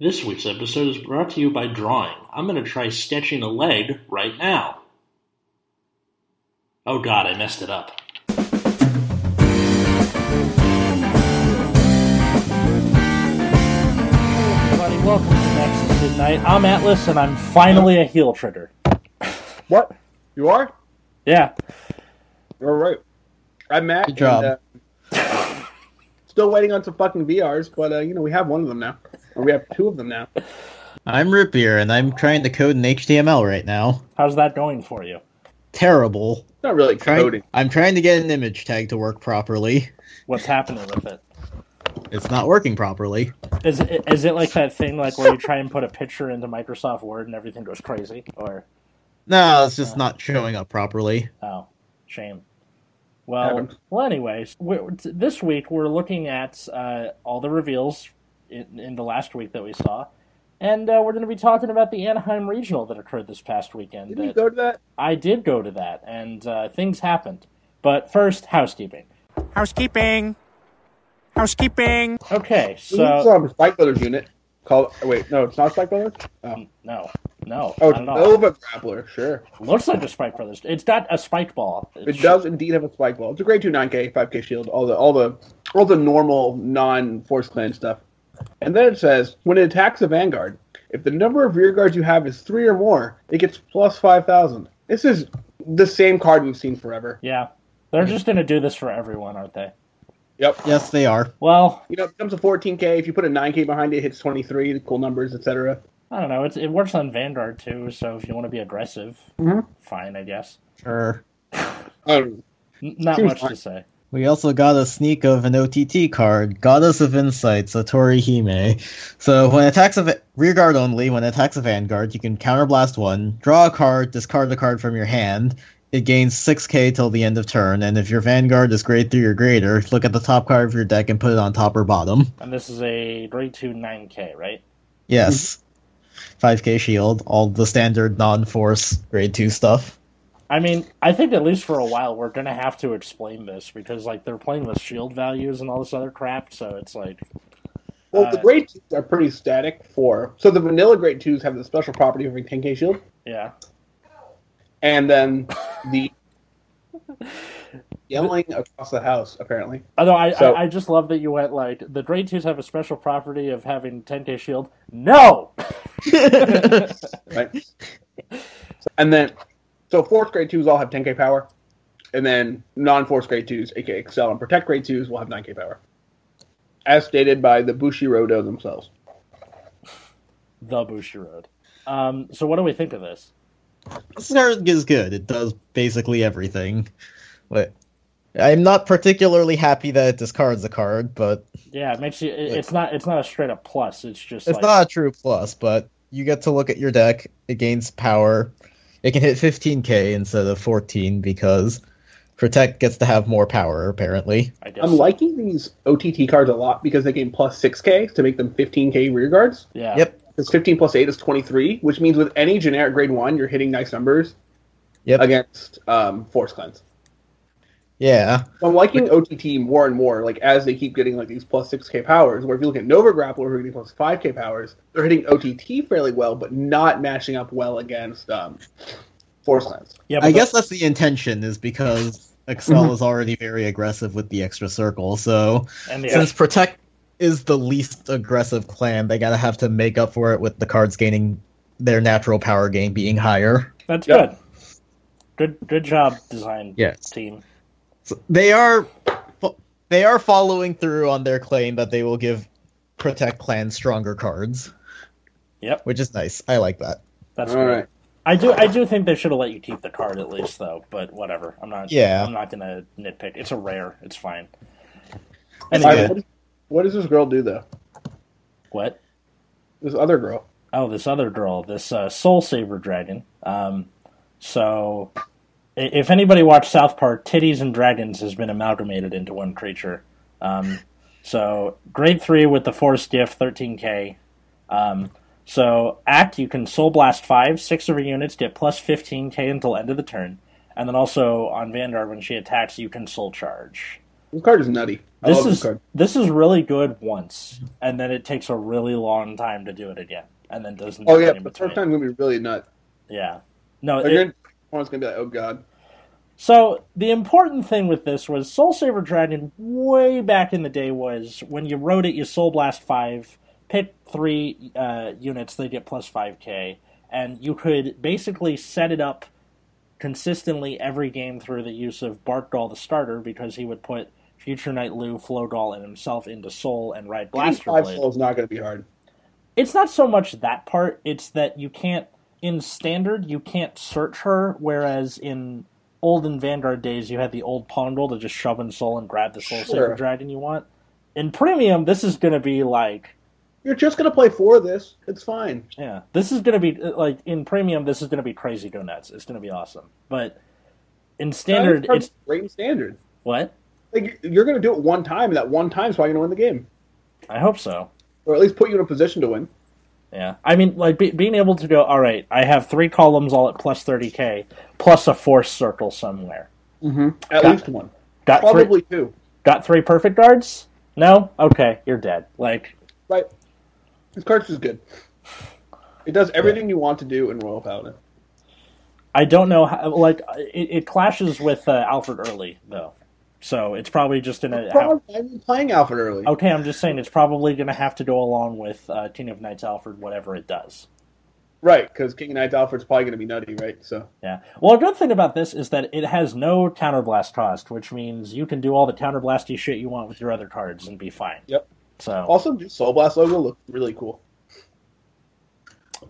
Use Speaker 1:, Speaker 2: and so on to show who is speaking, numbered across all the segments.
Speaker 1: This week's episode is brought to you by drawing. I'm going to try sketching a leg right now. Oh god, I messed it up. Everybody, welcome to Nexus at Night. I'm Atlas, and I'm finally a heel trigger.
Speaker 2: What? You are?
Speaker 1: Yeah,
Speaker 2: All right. I'm Matt.
Speaker 3: Good job.
Speaker 2: and, uh, still waiting on some fucking VRs, but uh, you know we have one of them now, or we have two of them now.
Speaker 3: I'm Ripier, and I'm trying to code in HTML right now.
Speaker 1: how's that going for you?
Speaker 3: Terrible.
Speaker 2: Not really
Speaker 3: Trying-
Speaker 2: coding.
Speaker 3: I'm trying to get an image tag to work properly.
Speaker 1: What's happening with it?
Speaker 3: It's not working properly.
Speaker 1: Is it, is it like that thing like where you try and put a picture into Microsoft Word and everything goes crazy? Or
Speaker 3: No, it's just not showing up properly.
Speaker 1: Oh, shame. Well,
Speaker 2: Happens.
Speaker 1: well. Anyways, we're, t- this week we're looking at uh, all the reveals in, in the last week that we saw, and uh, we're going to be talking about the Anaheim Regional that occurred this past weekend.
Speaker 2: Didn't you
Speaker 1: that-
Speaker 2: go to that?
Speaker 1: I did go to that, and uh, things happened. But first, housekeeping.
Speaker 4: Housekeeping. Housekeeping.
Speaker 1: Okay,
Speaker 2: We need
Speaker 1: so
Speaker 2: some spike builders unit. Called oh, wait, no, it's not spike builders. Oh,
Speaker 1: um, no, no,
Speaker 2: oh,
Speaker 1: not
Speaker 2: it's
Speaker 1: at all.
Speaker 2: Nova Grappler. Sure,
Speaker 1: Looks like a Spike Brothers. It's got a spike ball.
Speaker 2: it does indeed have a spike ball. It's a grade two, nine K, five K shield. All the all the all the normal non force clan stuff. And then it says when it attacks a vanguard, if the number of rear guards you have is three or more, it gets plus five thousand. This is the same card we've seen forever.
Speaker 1: Yeah, they're just going to do this for everyone, aren't they?
Speaker 2: Yep.
Speaker 3: Yes, they are.
Speaker 1: Well,
Speaker 2: You know, it becomes a 14k. If you put a 9k behind it, it hits 23. The cool numbers, etc.
Speaker 1: I don't know. It's, it works on Vanguard too, so if you want to be aggressive,
Speaker 2: Mhm.
Speaker 1: fine, I guess.
Speaker 3: Sure.
Speaker 2: Um,
Speaker 1: N- not
Speaker 2: Seems
Speaker 1: much
Speaker 2: fine.
Speaker 1: to say.
Speaker 3: We also got a sneak of an OTT card, Goddess of Insight, Satori Hime. So when attacks of rearguard only, when attacks a vanguard, you can counterblast one, draw a card, discard a card from your hand. It gains 6k till the end of turn, and if your vanguard is grade 3 or greater, look at the top card of your deck and put it on top or bottom.
Speaker 1: And this is a grade two nine K, right?
Speaker 3: Yes. 5k shield, all the standard non-force grade 2 stuff.
Speaker 1: I mean, I think at least for a while we're gonna have to explain this because like they're playing with shield values and all this other crap, so it's like
Speaker 2: well, the
Speaker 1: Uh,
Speaker 2: grade twos are pretty static for. So the vanilla grade twos have the special property of having 10k shield,
Speaker 1: yeah.
Speaker 2: and then the yelling across the house. Apparently,
Speaker 1: Although I,
Speaker 2: So-
Speaker 1: I, I just love that you went like the grade twos have a special property of having ten K shield. No
Speaker 2: right? and then, so fourth grade twos all have 10k power, and then non-force grade twos, aka excel and protect grade twos, will have 9k power, as stated by the Bushirodo themselves.
Speaker 1: the Bushiroad. Um so what do we think of this?
Speaker 3: This card is good. It does basically everything. But I'm not particularly happy that it discards a card, but
Speaker 1: Yeah, it makes you it, it's not it's not a straight up plus, it's just
Speaker 3: it's
Speaker 1: like
Speaker 3: not a true plus. But you get to look at your deck. It gains power. It can hit 15k instead of 14 because Protect gets to have more power, apparently.
Speaker 1: I guess
Speaker 2: I'm liking these OTT cards a lot because they gain plus 6k to make them 15k rear guards.
Speaker 1: yeah.
Speaker 3: Yep.
Speaker 2: Because 15 plus 8 is 23, which means with any generic grade 1, you're hitting nice numbers
Speaker 3: Yep.
Speaker 2: against um, Force Cleanse.
Speaker 3: Yeah.
Speaker 2: So I'm liking OTT more and more, like as they keep getting like these plus 6k powers, where if you look at Nova Grappler, who are getting plus 5k powers, they're hitting OTT fairly well, but not matching up well against um, Force Cleanse.
Speaker 1: Yeah, but
Speaker 3: I
Speaker 1: the- Mm-hmm.
Speaker 3: guess that's the intention, is because Excel is already very aggressive with the extra circle. So
Speaker 1: and the
Speaker 3: since Protect is the least aggressive clan, they gotta have to make up for it with the cards gaining their natural power gain being higher.
Speaker 1: That's
Speaker 2: Yeah.
Speaker 1: good. Good good job design
Speaker 3: Yes.
Speaker 1: team.
Speaker 3: So they are fo- they are following through on their claim that they will give Protect clan stronger cards.
Speaker 1: Yep.
Speaker 3: Which is nice. I like that.
Speaker 1: That's
Speaker 2: All
Speaker 1: great.
Speaker 2: right.
Speaker 1: I do I do think they should have let you keep the card at least though, but whatever. I'm not
Speaker 3: Yeah.
Speaker 1: I'm not gonna nitpick. It's a rare, it's fine.
Speaker 3: It's
Speaker 1: Anyway,
Speaker 3: good.
Speaker 2: what, what does this girl do, though?
Speaker 1: what?
Speaker 2: This other girl.
Speaker 1: Oh, this other girl, this uh, Soul Saver Dragon. Um so i- if anybody watched South Park, titties and dragons has been amalgamated into one creature. Um, so grade three with the force gift, 13k. Um, so act, you can soul blast five, six of her units get plus 15k until end of the turn, and then also on Vanguard when she attacks, you can soul charge.
Speaker 2: This card is nutty. I
Speaker 1: This
Speaker 2: love this
Speaker 1: is
Speaker 2: card.
Speaker 1: this is really good once, and then it takes a really long time to do it again, and then does
Speaker 2: Oh
Speaker 1: nothing
Speaker 2: yeah,
Speaker 1: in
Speaker 2: the
Speaker 1: between.
Speaker 2: first time gonna be really nut.
Speaker 1: Yeah, no.
Speaker 2: Like,
Speaker 1: it-
Speaker 2: you're gonna- Tomorrow's gonna be like, oh god.
Speaker 1: so the important thing with this was Soul Saver Dragon way back in the day was when you wrote it, you Soul Blast five, pick three uh, units, they get plus five k, and you could basically set it up consistently every game through the use of Barkdoll the starter because he would put Future Knight Lou, Flowdoll, and himself into Soul and ride Blaster
Speaker 2: Five
Speaker 1: Blade.
Speaker 2: soul is not gonna be hard.
Speaker 1: it's not so much that part it's that you can't in standard you can't search her whereas in olden vanguard days you had the old pawn roll to just shove in soul and grab the soul
Speaker 2: Sure.
Speaker 1: saver dragon you want in premium this is going to be like
Speaker 2: You're just gonna play four of this. It's fine.
Speaker 1: yeah this is going to be uh, like in premium this is going to be crazy go nuts it's going to be awesome but in standard
Speaker 2: This card's
Speaker 1: it's
Speaker 2: great and standard.
Speaker 1: what
Speaker 2: Like you're gonna do it one time, and that one time's probably gonna win the game,
Speaker 1: i hope so
Speaker 2: or at least put you in a position to win.
Speaker 1: Yeah, I mean, like be, being able to go. All right, I have three columns all at plus thirty k, plus a force circle somewhere.
Speaker 2: Mm-hmm. At
Speaker 1: Got-
Speaker 2: least one,
Speaker 1: Got three-
Speaker 2: probably two.
Speaker 1: Got three perfect guards? No? Okay, you're dead. Like,
Speaker 2: Right. This card's just good. It does everything you want to do in Royal Paladin.
Speaker 1: I don't know how, like, it, it clashes with uh, Alfred Early, though. So it's probably just gonna. Have,
Speaker 2: Probably, I've been playing Alfred early.
Speaker 1: okay, I'm just saying it's probably gonna have to go along with uh, Teen of Knights Alfred, whatever it does.
Speaker 2: Right, because King of Knights Alfred's probably going to be nutty, right? So
Speaker 1: Yeah. Well, a good thing about this is that it has no counterblast cost, which means you can do all the counterblasty shit you want with your other cards and be fine.
Speaker 2: Yep.
Speaker 1: So
Speaker 2: also, the Soul Blast logo looks really cool.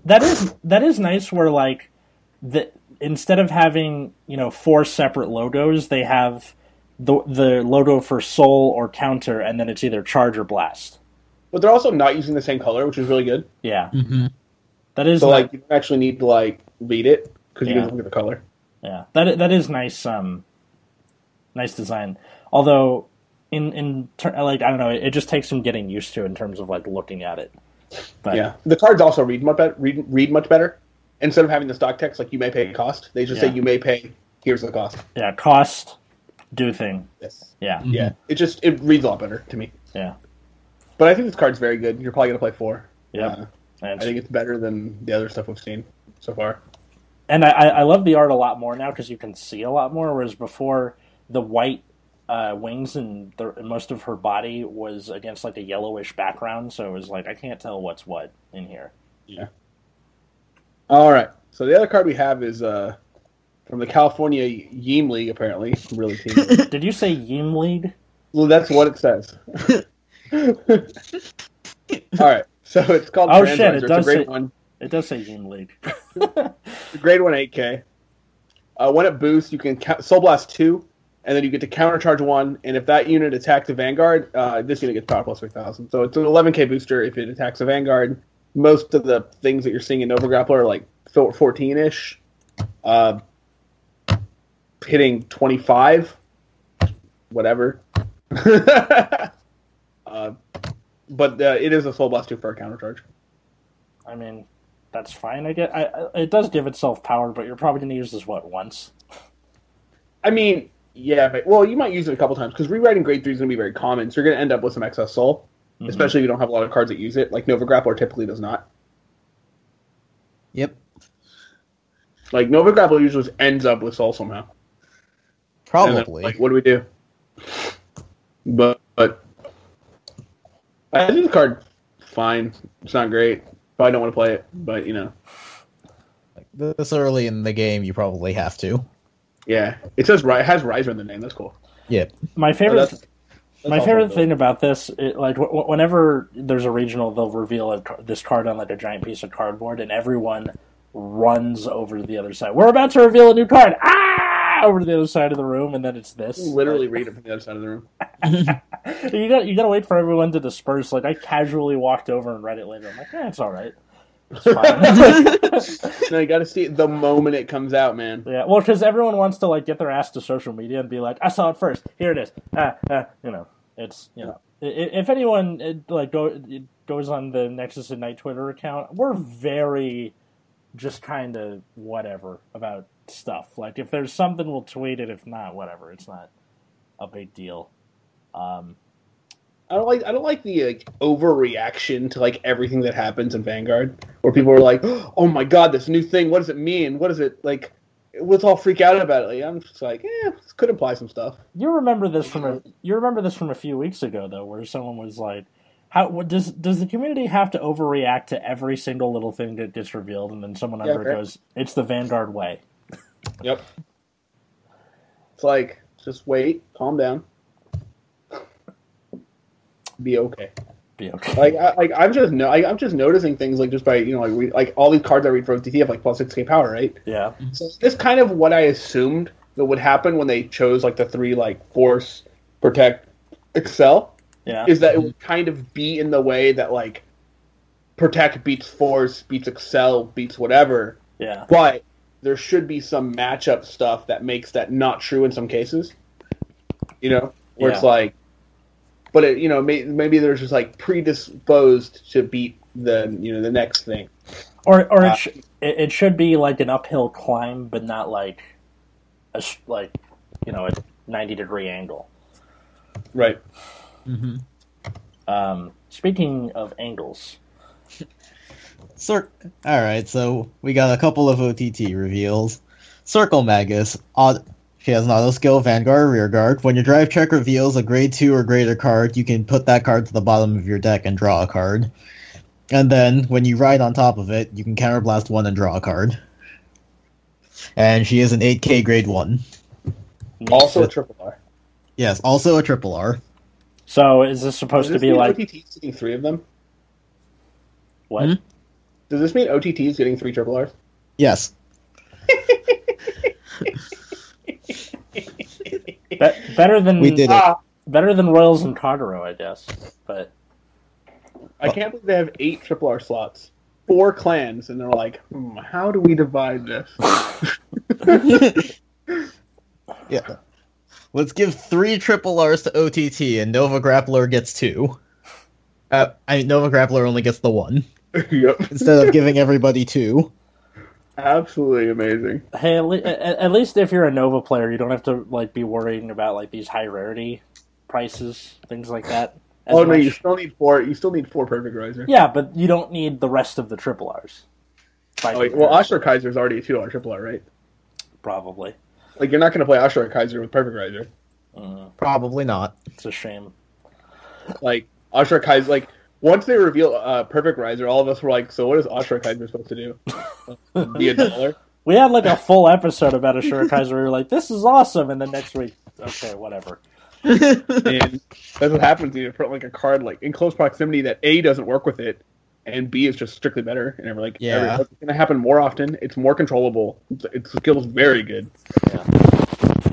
Speaker 1: that is that is nice where like the instead of having you know four separate logos they have the the logo for soul or counter and then it's either charge or blast
Speaker 2: But they're also not using the same color, which is really good.
Speaker 1: yeah
Speaker 3: Mhm.
Speaker 1: that is
Speaker 2: So
Speaker 1: like
Speaker 2: like, you don't actually need to like read it because you
Speaker 1: Yeah.
Speaker 2: can look at the color.
Speaker 1: yeah that i- that is nice um nice design although in in ter- like i don't know it, it just takes some getting used to in terms of like looking at it but
Speaker 2: Yeah, the cards also read much better. Read, read much better instead of having the stock text like you may pay cost. They just
Speaker 1: Yeah.
Speaker 2: say you may pay. Here's the cost.
Speaker 1: yeah cost do thing
Speaker 2: Yes.
Speaker 1: yeah
Speaker 2: Yeah, it just it reads a lot better to me.
Speaker 1: yeah
Speaker 2: But I think this card's very good. You're probably going to play four.
Speaker 1: yeah
Speaker 2: Uh,
Speaker 1: And-
Speaker 2: I think it's better than the other stuff we've seen so far.
Speaker 1: and I, I I love the art a lot more now because you can see a lot more. Whereas before, the white uh, wings and the, and most of her body was against like a yellowish background, so it was like I can't tell what's what in here.
Speaker 2: All right. So the other card we have is uh, from the California Yeem League, apparently. Really team.
Speaker 1: Did you say Yim League?
Speaker 2: well, that's what it says. All right. So it's called
Speaker 1: Oh,
Speaker 2: Transvisor.
Speaker 1: shit, it
Speaker 2: It's a
Speaker 1: does
Speaker 2: grade
Speaker 1: say-
Speaker 2: one,
Speaker 1: It does say Yim League.
Speaker 2: it's a grade one 8K. Uh, when it boosts, you can ca- Soul Blast two, and then you get to counter charge one. And if that unit attacks a Vanguard, uh, this unit gets power plus three thousand. So it's an 11K booster if it attacks a Vanguard. Most of the things that you're seeing in Nova Grappler are like 14 ish, uh, hitting 25, whatever. uh, but uh, it is a Soul Blast two for a counter charge.
Speaker 1: I mean, that's fine. I get. I, I- it does give itself power, but you're probably going to use this what once.
Speaker 2: I mean, yeah, but well, you might use it a couple times because rewriting grade three is going to be very common, so you're going to end up with some excess soul,
Speaker 1: Mhm.
Speaker 2: especially if you don't have a lot of cards that use it. Like Nova Grappler typically does not.
Speaker 3: Yep.
Speaker 2: Like Nova Grappler usually just ends up with soul somehow. And then,
Speaker 3: Probably.
Speaker 2: like, what do we do? But, but I think the card fine. It's not great. Probably don't want to play it, but you know,
Speaker 3: Like, this early in the game, you probably have to.
Speaker 2: yeah. It says Ri- it has Riser in the name. That's cool.
Speaker 3: Yep.
Speaker 1: My favorite.
Speaker 2: Oh, that's- That's
Speaker 1: my
Speaker 2: also
Speaker 1: favorite
Speaker 2: good.
Speaker 1: thing about this, it, like w- w- whenever there's a regional, they'll reveal a, car- this card on like a giant piece of cardboard, and everyone runs over to the other side. We're about to reveal a new card! Ah! Over to the other side of the room, and then it's this.
Speaker 2: You literally read it from the other side of the room.
Speaker 1: you got you got to wait for everyone to disperse. Like I casually walked over and read it later. I'm like, eh, it's all right. It's fine.
Speaker 2: no, you got to see it the moment it comes out, man.
Speaker 1: yeah, well, because everyone wants to like get their ass to social media and be like, I saw it first. Here it is. Ah, ah, you know, it's you know, I- i- if anyone it, like go it goes on the Nexus at Night Twitter account, we're very just kind of whatever about stuff. Like if there's something, we'll tweet it. If not, whatever. It's not a big deal. Um,
Speaker 2: I don't like I don't like the like, overreaction to like everything that happens in Vanguard, where people are like, "Oh my god, this new thing! What does it mean? What is it like?" Let's all freak out about it. Like, I'm just like, "Yeah, this could imply some stuff."
Speaker 1: you remember this from a you remember this from a few weeks ago though, where someone was like, "How what, does does the community have to overreact to every single little thing that gets revealed?" And then someone
Speaker 2: Yeah,
Speaker 1: under
Speaker 2: fair.
Speaker 1: goes, "It's the Vanguard way."
Speaker 2: Yep. It's like, just wait, calm down, be okay.
Speaker 1: Be okay.
Speaker 2: Like, I, like I'm just no, I, I'm just noticing things like just by you know like re, like all these cards I read from DT have like plus six K power, right?
Speaker 1: yeah.
Speaker 2: So this kind of what I assumed that would happen when they chose like the three like force, protect, excel
Speaker 1: Yeah.
Speaker 2: is that it would kind of be in the way that like protect beats force beats excel beats whatever,
Speaker 1: yeah.
Speaker 2: but there should be some matchup stuff that makes that not true in some cases. You know, where it's
Speaker 1: Yeah.
Speaker 2: like, but it, you know, may, maybe they're just like predisposed to beat the you know the next thing.
Speaker 1: Or or
Speaker 2: Uh,
Speaker 1: it, sh- it it should be like an uphill climb, but not like a sh- like you know a ninety degree angle.
Speaker 2: Right.
Speaker 3: hmm
Speaker 1: Um, speaking of angles,
Speaker 3: Cir- All right, so we got a couple of OTT reveals. Circle Magus. Aut- she has an auto skill, Vanguard, Rear Guard. When your drive check reveals a grade 2 or greater card, you can put that card to the bottom of your deck and draw a card. And then, when you ride on top of it, you can counterblast one and draw a card. And she is an 8k grade 1.
Speaker 2: Also a triple R.
Speaker 3: Yes, also a triple R.
Speaker 1: so is this supposed to
Speaker 2: Does this
Speaker 1: be
Speaker 2: mean
Speaker 1: like
Speaker 2: OTT is getting three of them?
Speaker 1: what?
Speaker 3: Hmm?
Speaker 2: Does this mean OTT is getting three triple Rs?
Speaker 3: Yes.
Speaker 1: Be- better than
Speaker 3: We did it.
Speaker 2: Ah,
Speaker 1: better than Royals and Cardero, I guess. But
Speaker 2: I can't believe they have eight triple R slots, four clans, and they're like, hmm, how do we divide this?
Speaker 3: yeah. Let's give three triple R's to OTT, and Nova Grappler gets two. Uh, I mean, Nova Grappler only gets the one
Speaker 2: yep,
Speaker 3: instead of giving everybody two.
Speaker 2: absolutely amazing.
Speaker 1: hey, at, le- at, at least if you're a Nova player, you don't have to like be worrying about like these high rarity prices, things like that. as
Speaker 2: oh no, you
Speaker 1: much.
Speaker 2: still need four. You still need four perfect riser.
Speaker 1: Yeah, but you don't need the rest of the triple R's. By
Speaker 2: Oh, wait, well, Ashura Kaiser is already a two dollar triple R, right?
Speaker 1: probably.
Speaker 2: Like you're not going to play Ashura Kaiser with perfect riser.
Speaker 1: Mm,
Speaker 3: Probably not.
Speaker 1: it's a shame.
Speaker 2: Like Ashura Kaiser, like once they reveal uh, perfect riser, all of us were like, so what is Ashura Kaiser supposed to do? Be a dollar?
Speaker 1: We had like a full episode about Ashura Kaiser. We were like, "This is awesome," and then next week, okay, whatever.
Speaker 2: And that's what happens when you put like a card like in close proximity that A doesn't work with it, and B is just strictly better. And every like
Speaker 3: Yeah.
Speaker 2: every- it's going to happen more often. It's more controllable. It's, its skill's very good.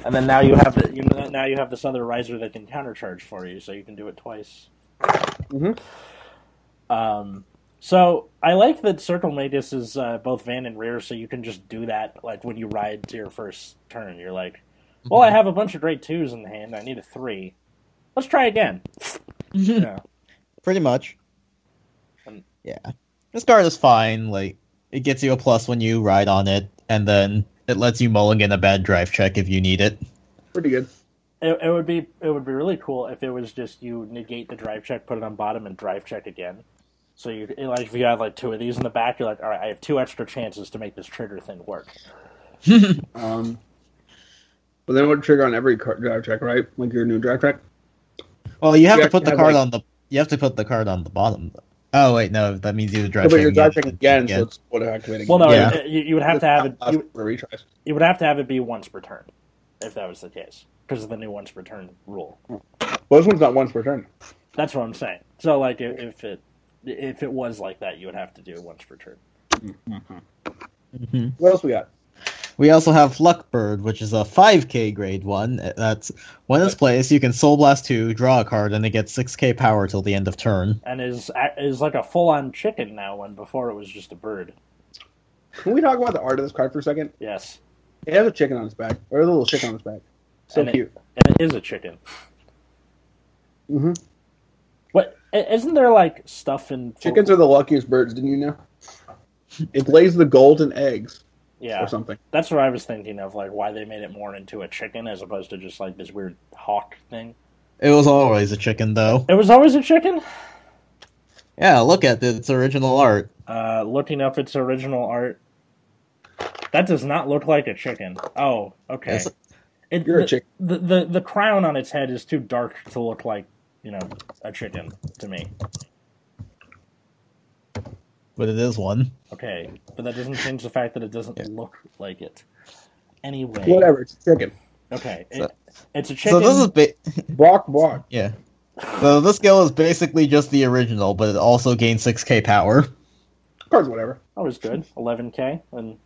Speaker 1: And then now you have the, you know, now you have this other riser that can countercharge for you, so you can do it twice.
Speaker 2: Mhm.
Speaker 1: Um, so I like that Circle Magus is uh, both van and rear, so you can just do that. Like when you ride to your first turn, you're like, "Well, I have a bunch of great twos in hand. I need a three. Let's try again." yeah.
Speaker 3: Pretty much.
Speaker 1: Um,
Speaker 3: yeah. This card is fine. Like, it gets you a plus when you ride on it, and then it lets you mulligan a bad drive check if you need it.
Speaker 2: Pretty good.
Speaker 1: It, it would be it would be really cool if it was just you negate the drive check, put it on bottom, and drive check again. So you like if you have like two of these in the back, you're like, all right, I have two extra chances to make this trigger thing work.
Speaker 2: Um, but then it would trigger on every car- drive track, right? Like your new drive track.
Speaker 3: Well, you have
Speaker 2: You
Speaker 3: to put
Speaker 2: actually
Speaker 3: the
Speaker 2: have,
Speaker 3: card
Speaker 2: like-
Speaker 3: on the. You have to put the card on the bottom. Oh wait, no, that means you would drive.
Speaker 2: No, but your
Speaker 3: check
Speaker 2: drive check again,
Speaker 3: again.
Speaker 2: so it's what activating.
Speaker 1: Well, no,
Speaker 3: Yeah.
Speaker 1: it- you, you would have to have it.
Speaker 2: Uh,
Speaker 1: You,
Speaker 2: retries.
Speaker 1: you would have to have it be once per turn, if that was the case, because of the new once per turn rule.
Speaker 2: Well, this one's not once per turn.
Speaker 1: That's what I'm saying. So like if, if it if it was like that, you would have to do once per turn.
Speaker 3: Mm-hmm. Mhm.
Speaker 2: What else we got?
Speaker 3: We also have Luckbird, which is a 5k grade one. That's when it's placed, you can Soul Blast 2, draw a card, and it gets 6k power till the end of turn.
Speaker 1: And is is like a full on chicken now, when before it was just a bird.
Speaker 2: Can we talk about the art of this card for a second?
Speaker 1: Yes,
Speaker 2: It has a chicken on its back, or a little chicken on its back. So
Speaker 1: And it-
Speaker 2: cute.
Speaker 1: and it is a chicken.
Speaker 2: hmm
Speaker 1: What i- isn't there like stuff in
Speaker 2: Chickens are the luckiest birds, didn't you know? It lays the golden eggs
Speaker 1: Yeah,
Speaker 2: or something.
Speaker 1: that's what I was thinking of, like why they made it more into a chicken as opposed to just like this weird hawk thing.
Speaker 3: It was always a chicken, though.
Speaker 1: It was always a chicken.
Speaker 3: Yeah, look at its original art.
Speaker 1: Uh, looking up its original art. That does not look like a chicken. Oh, okay.
Speaker 3: Yes.
Speaker 1: It-
Speaker 2: You're a
Speaker 1: the-
Speaker 2: chick.
Speaker 1: The, the the crown on its head is too dark to look like you know a chicken to me.
Speaker 3: But it is one.
Speaker 1: Okay, but that doesn't change the fact that it doesn't look like it. Anyway,
Speaker 2: Whatever, it's chicken.
Speaker 1: Okay,
Speaker 3: So-
Speaker 1: it- it's a chicken.
Speaker 3: So this is ba-
Speaker 2: Block, block.
Speaker 3: Yeah. So this skill is basically just the original, but it also gains 6k power.
Speaker 2: Cards, whatever.
Speaker 1: that was good. 11k and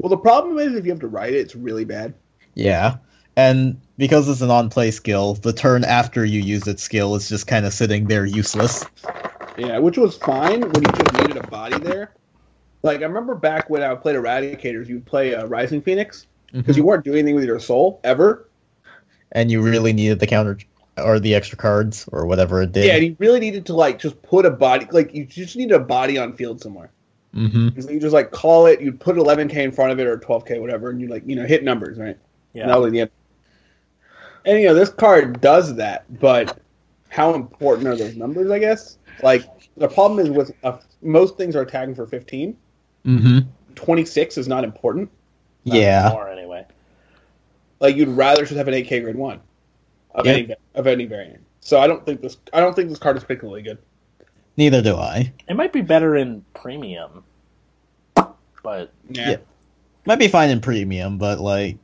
Speaker 2: Well, the problem is if you have to write it, it's really bad.
Speaker 3: Yeah. And because it's an on play skill, the turn after you use its skill is just kind of sitting there useless.
Speaker 2: Yeah, which was fine when you just needed a body there. Like I remember back when I played Eradicators, you would play uh, Rising Phoenix because you weren't doing anything with your soul ever.
Speaker 3: And you really needed the counter or the extra cards or whatever it did.
Speaker 2: Yeah, and you really needed to like just put a body, like you just needed a body on field somewhere.
Speaker 3: hmm
Speaker 2: And so you just like call it, you'd put 11k in front of it or 12k, whatever, and you like you know hit numbers, right?
Speaker 1: yeah,
Speaker 2: Not only the end. And you know this card does that, but how important are those numbers? I guess like the problem is with uh, most things are tagging for 15.
Speaker 3: hmm
Speaker 2: 26 is not important.
Speaker 1: not
Speaker 3: Yeah.
Speaker 1: more anyway.
Speaker 2: Like you'd rather just have an 8K grade one of
Speaker 3: Yeah.
Speaker 2: any of any variant. So I don't think this I don't think this card is particularly good.
Speaker 3: Neither do I.
Speaker 1: It might be better in premium, but
Speaker 2: Yeah.
Speaker 3: Yeah. Might be fine in premium, but like,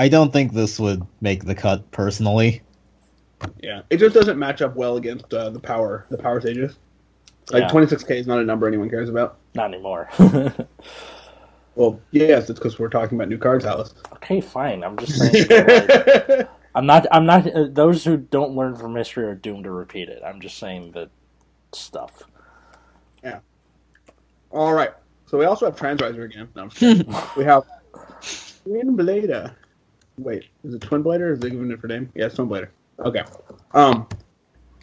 Speaker 3: I don't think this would make the cut personally.
Speaker 2: yeah. It just doesn't match up well against uh, the power the power stages. Like
Speaker 1: Yeah.
Speaker 2: 26K is not a number anyone cares about.
Speaker 1: not anymore.
Speaker 2: Well, yes, it's because we're talking about new cards, Alice.
Speaker 1: okay, fine. I'm just saying. that, like, I'm not. I'm not. Uh, those who don't learn from history are doomed to repeat it. I'm just saying that stuff.
Speaker 2: All right. So we also have Transriser again. No, I'm just kidding. we have Twin Blader. Wait, is it Twin Blader? Is it given a different name? Yeah, it's Twin Blader. Okay. Um,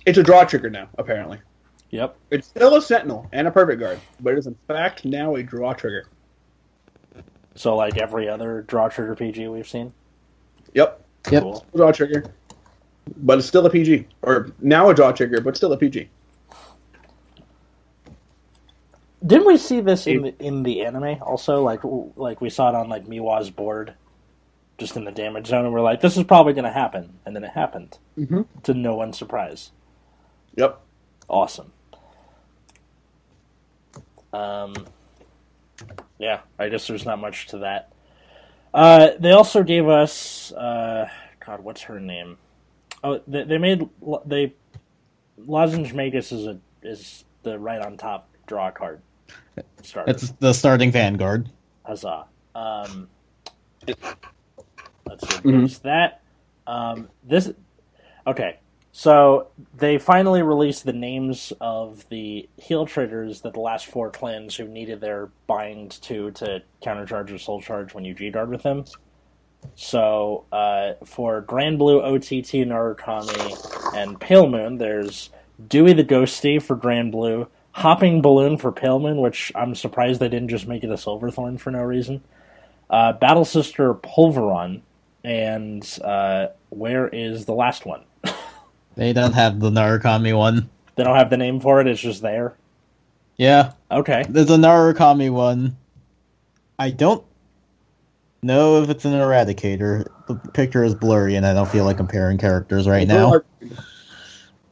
Speaker 2: it's a draw trigger now, apparently.
Speaker 1: Yep.
Speaker 2: It's still a Sentinel and a Perfect Guard, but it is in fact now a draw trigger.
Speaker 1: So like every other draw trigger PG we've seen.
Speaker 2: Yep,
Speaker 3: Yep.
Speaker 1: Cool.
Speaker 2: draw trigger, but it's still a PG, or now a draw trigger, but still a PG.
Speaker 1: Didn't we see this in the in the anime also? Like w- like we saw it on like Miwa's board, just in the damage zone, and we're like, this is probably going to happen, and then it happened
Speaker 2: Mhm.
Speaker 1: to no one's surprise.
Speaker 2: Yep.
Speaker 1: Awesome. Um, yeah, I guess there's not much to that. Uh, they also gave us uh, God, what's her name? Oh, they, they made lo- they lozenge magus is a is the right on top draw card. Starter.
Speaker 3: It's the starting Vanguard.
Speaker 1: Huzzah. Um, let's see,
Speaker 2: Mhm.
Speaker 1: there's that. Um, this, okay. So they finally released the names of the heal traders that the last four clans who needed their bind to to countercharge or soul charge when you G guard with them. So uh, for Grand Blue OTT Narukami and Pale Moon, there's Dewey the Ghosty for Grand Blue, Hopping Balloon for Pale Moon, which I'm surprised they didn't just make it a Silverthorn for no reason. Uh, Battle Sister Pulveron, and uh, where is the last one?
Speaker 3: They don't have the Narukami one.
Speaker 1: They don't have the name for it. It's just there.
Speaker 3: Yeah,
Speaker 1: Okay.
Speaker 3: there's a Narukami one. I don't know if it's an Eradicator. The picture is blurry, and I don't feel like comparing characters right now.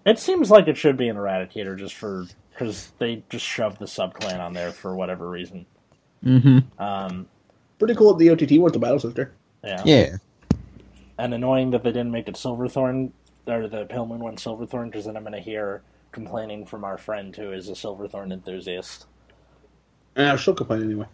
Speaker 1: It seems like it should be an Eradicator just for because they just shoved the subclan on there for whatever reason.
Speaker 3: Mm-hmm.
Speaker 1: Um,
Speaker 2: Pretty cool. that The OTT was the Battle Sister.
Speaker 1: yeah.
Speaker 3: Yeah,
Speaker 1: and annoying that they didn't make it Silverthorn or the Pale Moon one Silverthorn because then I'm going to hear complaining from our friend who is a Silverthorn enthusiast.
Speaker 2: And I she'll complain anyway.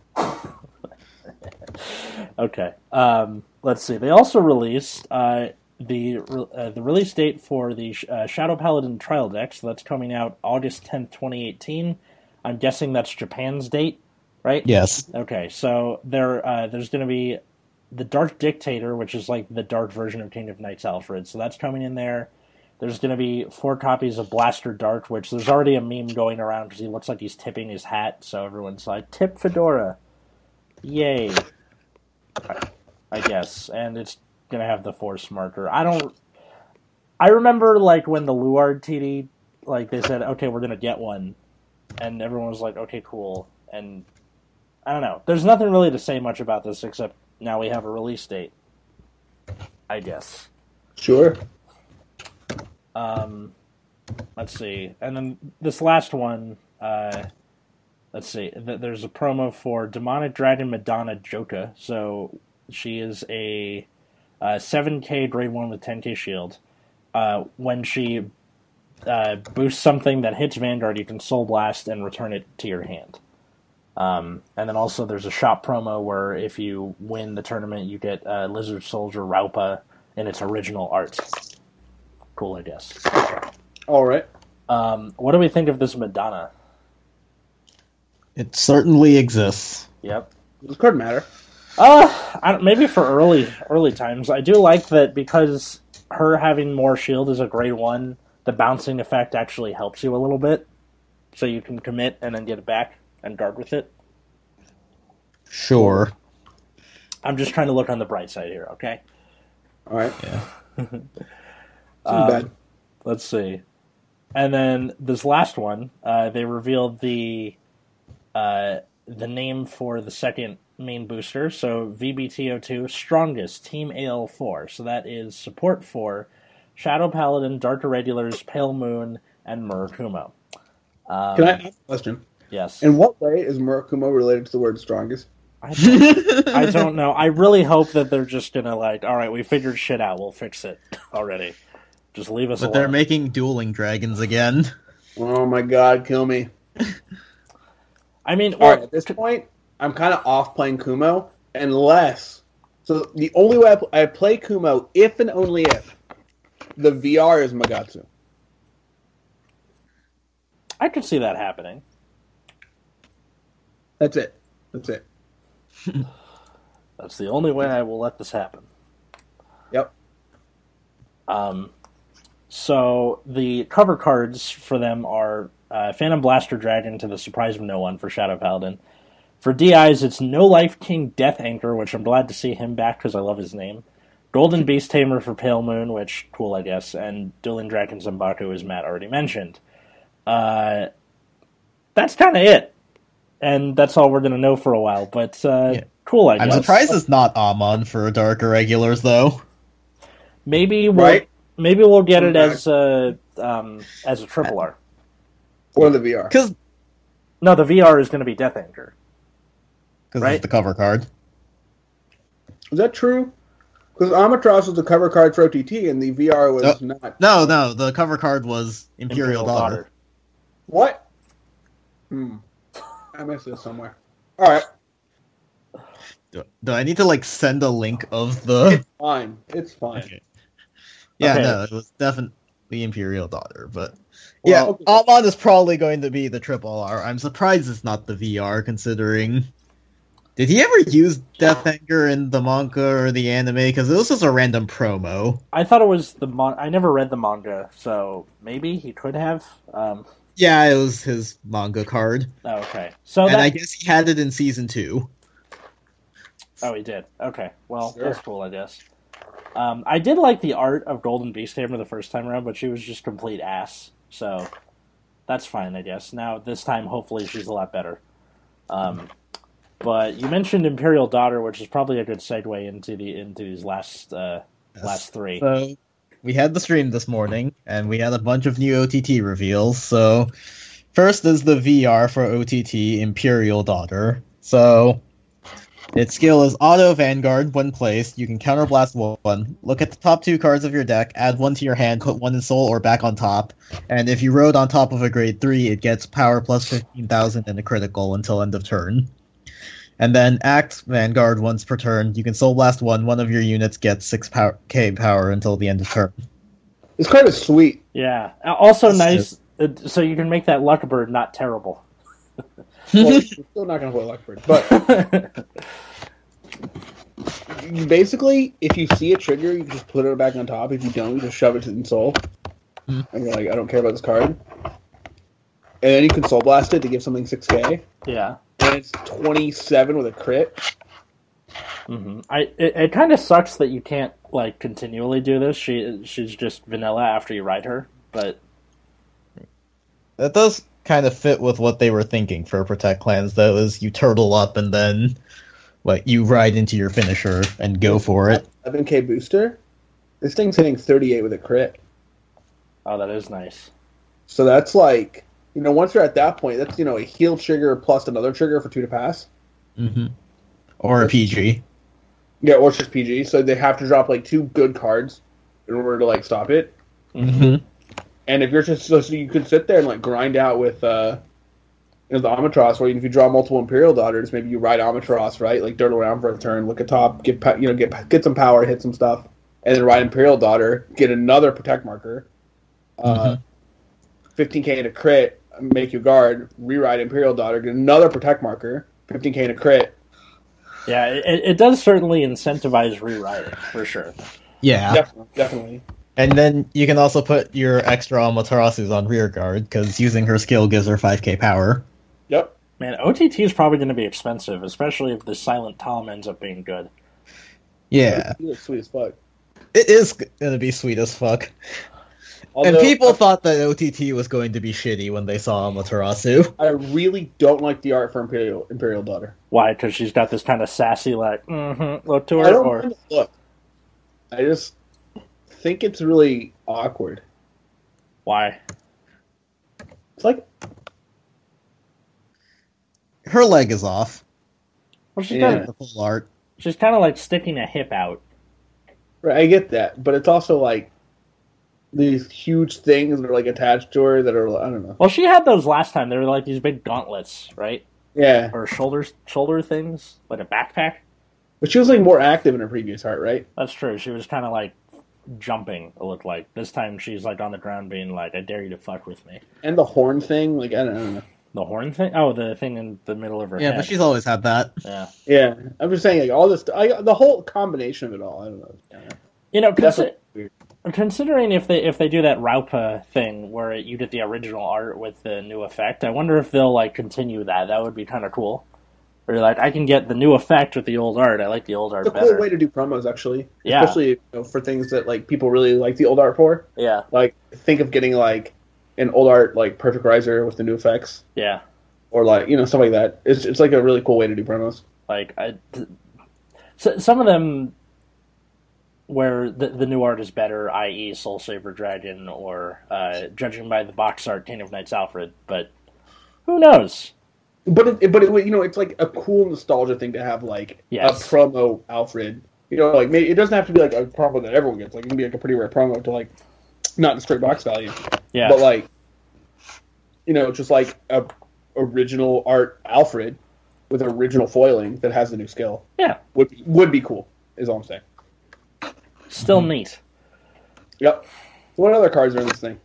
Speaker 1: Okay, um, let's see. They also released uh, the re- uh, the release date for the sh- uh, Shadow Paladin trial deck, so that's coming out August 10th, 2018. I'm guessing that's Japan's date, right?
Speaker 3: yes.
Speaker 1: Okay, so there, uh, there's going to be the Dark Dictator, which is like the dark version of King of Knights Alfred. So that's coming in there. There's going to be four copies of Blaster Dark, which there's already a meme going around because he looks like he's tipping his hat. So everyone's like, "Tip Fedora, yay!" I, I guess, and it's going to have the Force marker. I don't. I remember like when the Luard TD like they said, okay, we're gonna get one, and everyone was like, okay, cool. And I don't know. There's nothing really to say much about this except now we have a release date. I guess.
Speaker 2: Sure.
Speaker 1: Um, let's see, and then this last one. Uh, let's see. Th- there's a promo for Demonic Dragon Madonna Joka. So she is a uh, seven K grade one with ten K shield. Uh, when she uh, boosts something that hits Vanguard, you can Soul Blast and return it to your hand. Um, and then also there's a shop promo where if you win the tournament, you get uh, Lizard Soldier Raupa in its original art. Cool, I guess.
Speaker 2: All right.
Speaker 1: Um, what do we think of this Madonna?
Speaker 3: It certainly exists.
Speaker 1: Yep.
Speaker 2: This card matter.
Speaker 1: Uh, I don't, maybe for early early times. I do like that because her having more shield is a grade one. The bouncing effect actually helps you a little bit, so you can commit and then get it back and guard with it.
Speaker 3: Sure.
Speaker 1: I'm just trying to look on the bright side here. Okay.
Speaker 2: All right.
Speaker 1: Um,
Speaker 2: Not bad.
Speaker 1: let's see. And then this last one, uh, they revealed the uh, the name for the second main booster. So VBTO2, strongest Team AL4. So that is support for Shadow Paladin, Dark Irregulars, Pale Moon, and Murakumo. Um,
Speaker 2: Can I ask a question?
Speaker 1: Yes.
Speaker 2: In what way is Murakumo related to the word strongest?
Speaker 1: I don't, I don't know. I really hope that they're just gonna like, all right, we figured shit out. We'll fix it already. Just leave us
Speaker 3: But they're
Speaker 1: alone.
Speaker 3: making dueling dragons again.
Speaker 2: Oh my god, kill me.
Speaker 1: I mean,
Speaker 2: All
Speaker 1: or-
Speaker 2: right, at this point, I'm kind of off playing Kumo unless. So the only way I, pl- I play Kumo, if and only if, the VR is Magatsu.
Speaker 1: I could see that happening.
Speaker 2: That's it. That's it.
Speaker 1: That's the only way I will let this happen.
Speaker 2: Yep.
Speaker 1: Um, so the cover cards for them are uh, Phantom Blaster Dragon to the surprise of no one for Shadow Paladin. For DIs, it's No Life King Death Anchor, which I'm glad to see him back because I love his name. Golden Beast Tamer for Pale Moon, which cool I guess, and Dylan Dragon Zambaku, as Matt already mentioned. Uh, that's kind of it, and that's all we're gonna know for a while. But uh,
Speaker 3: Yeah.
Speaker 1: cool, I guess.
Speaker 3: I'm surprised it's not Amon for Dark Irregulars, though.
Speaker 1: Maybe we'll
Speaker 2: Right?
Speaker 1: maybe we'll get it
Speaker 2: Okay.
Speaker 1: as a um, as a triple R.
Speaker 2: Or the VR.
Speaker 3: Because
Speaker 1: No, the VR is going to be Death Anchor. Right.
Speaker 3: it's the cover card.
Speaker 2: Is that true? Because Amatros was the cover card for OTT, and the VR was not.
Speaker 3: No, no, the cover card was Imperial, Daughter.
Speaker 2: What? Hmm. I missed this somewhere. All right,
Speaker 3: Do, do I need to, like, send a link of the.
Speaker 2: fine. It's fine.
Speaker 3: Okay. Yeah,
Speaker 1: Okay.
Speaker 3: no, it was definitely Imperial Daughter, but. yeah,
Speaker 2: Well,
Speaker 3: Amon is probably going to be the triple R. I'm surprised it's not the VR, considering. Did he ever use Death Anger in the manga or the anime? Because this was a random promo.
Speaker 1: I thought it was the mon- I never read the manga, so maybe he could have. Um,
Speaker 3: Yeah, it was his manga card.
Speaker 1: oh, okay, so
Speaker 3: and
Speaker 1: that
Speaker 3: I guess he had it in season two.
Speaker 1: oh he did. Okay, well
Speaker 2: Sure.
Speaker 1: that's cool, I guess. Um, I did like the art of Golden Beast Hammer the first time around, but she was just complete ass. So that's fine, I guess. Now this time, hopefully, she's a lot better. Um, but you mentioned Imperial Daughter, which is probably a good segue into the into these last uh, last three.
Speaker 3: So we had the stream this morning, and we had a bunch of new OTT reveals. So first is the VR for OTT Imperial Daughter. So its skill is Auto Vanguard. When placed, you can counterblast one. Look at the top two cards of your deck, add one to your hand, put one in soul or back on top. And if you rode on top of a grade three, it gets power plus fifteen thousand and a critical until end of turn. And then act Vanguard once per turn. You can Soul Blast one. One of your units gets six power, K power until the end of turn.
Speaker 2: this card is sweet.
Speaker 1: Yeah. Uh, Also
Speaker 3: So-
Speaker 1: nice. uh, So you can make that Luckbird not terrible.
Speaker 2: Well, I'm still not going to play Luckbird, but You basically, if you see a trigger, you just put it back on top. If you don't, you just shove it to the soul.
Speaker 3: Hmm.
Speaker 2: And you're like, I don't care about this card. And then you can soul blast it to give something 6k.
Speaker 1: yeah.
Speaker 2: And it's 27 with a crit.
Speaker 1: hmm I it, it kind of sucks that you can't like continually do this. She she's just vanilla after you ride her, but
Speaker 3: That does kind of fit with what they were thinking for Protect Clans, though, is you turtle up and then, like, you ride into your finisher and go for it.
Speaker 2: 11k booster. This thing's hitting 38 with a crit.
Speaker 1: oh, that is nice.
Speaker 2: So that's like, you know, once you're at that point, that's, you know, a heal trigger plus another trigger for two to pass.
Speaker 3: hmm Or a PG.
Speaker 2: Yeah, or it's just PG. So they have to drop like two good cards in order to like stop it.
Speaker 3: hmm
Speaker 2: And if you're just so you could sit there and like grind out with uh you know, the Amatros, where if you draw multiple Imperial Daughters, maybe you ride Amatros, right? Like dirt around for a turn, look at top, get pa- you know get get some power, hit some stuff, and then ride Imperial Daughter, get another Protect marker, uh,
Speaker 3: Mm-hmm.
Speaker 2: 15k in a crit, make your guard, re-ride Imperial Daughter, get another Protect marker, 15k in a crit.
Speaker 1: Yeah, it, it does certainly incentivize rewriting for sure.
Speaker 3: Yeah.
Speaker 2: Definitely, definitely.
Speaker 3: And then you can also put your extra Amaterasus on rear guard, because using her skill gives her 5k power.
Speaker 2: Yep.
Speaker 1: Man, OTT is probably going to be expensive, especially if the Silent Tom ends up being good.
Speaker 3: Yeah.
Speaker 2: He looks sweet as fuck.
Speaker 3: It is going to be sweet as fuck.
Speaker 2: Although- uh,
Speaker 3: and people thought that OTT was going to be shitty when they saw Amaterasu.
Speaker 2: I really don't like the art for Imperial Imperial Daughter.
Speaker 1: Why? Because she's got this kind of sassy, like, mm-hmm, look to
Speaker 2: I
Speaker 1: her,
Speaker 2: don't
Speaker 1: or
Speaker 2: mind the look. I just think it's really awkward.
Speaker 1: why?
Speaker 2: It's like
Speaker 3: Her leg is off.
Speaker 1: Well, she's
Speaker 2: Yeah.
Speaker 1: kind of
Speaker 3: The full art.
Speaker 1: she's kind of like sticking a hip out.
Speaker 2: right, I get that, but it's also like these huge things that are like attached to her that are I don't know.
Speaker 1: Well, she had those last time. They were like these big gauntlets, right?
Speaker 2: Yeah,
Speaker 1: Or shoulders, shoulder things, like a backpack.
Speaker 2: but she was like more active in her previous art, right?
Speaker 1: That's true. She was kind of like jumping. It looked like this time she's like on the ground, being like, "I dare you to fuck with me."
Speaker 2: And the horn thing, like I don't, I don't know.
Speaker 1: The horn thing. Oh, the thing in the middle of her
Speaker 3: Yeah,
Speaker 1: head.
Speaker 3: but she's always had that.
Speaker 1: yeah.
Speaker 2: Yeah, I'm just saying like all this, I, the whole combination of it all. I don't know.
Speaker 1: You know,
Speaker 2: That's
Speaker 1: consi-
Speaker 2: weird.
Speaker 1: considering if they if they do that Raupa thing where you did the original art with the new effect, I wonder if they'll like continue that. That would be kind of cool. Or like, I can get the new effect with the old art. I like the old art
Speaker 2: It's a
Speaker 1: better.
Speaker 2: cool way to do promos, actually.
Speaker 1: Yeah.
Speaker 2: Especially you know, for things that like people really like the old art for.
Speaker 1: yeah,
Speaker 2: Like think of getting like an old art like perfect riser with the new effects.
Speaker 1: yeah.
Speaker 2: or like you know stuff like that. It's it's like a really cool way to do promos.
Speaker 1: Like I, th- s- some of them where the, the new art is better, i.e., Soul Saver Dragon, or uh, judging by the box art, King of Knights Alfred. But who knows?
Speaker 2: But it, it- but it, you know it's like a cool nostalgia thing to have like
Speaker 1: Yes.
Speaker 2: a promo Alfred. You know, like maybe it doesn't have to be like a promo that everyone gets. Like it can be like a pretty rare promo to like not in straight box value,
Speaker 1: Yeah,
Speaker 2: but like you know just like a original art Alfred with original foiling that has the new skill
Speaker 1: yeah.
Speaker 2: would be, would be cool. Is all I'm saying.
Speaker 1: Still neat.
Speaker 2: Yep. What other cards are in this thing?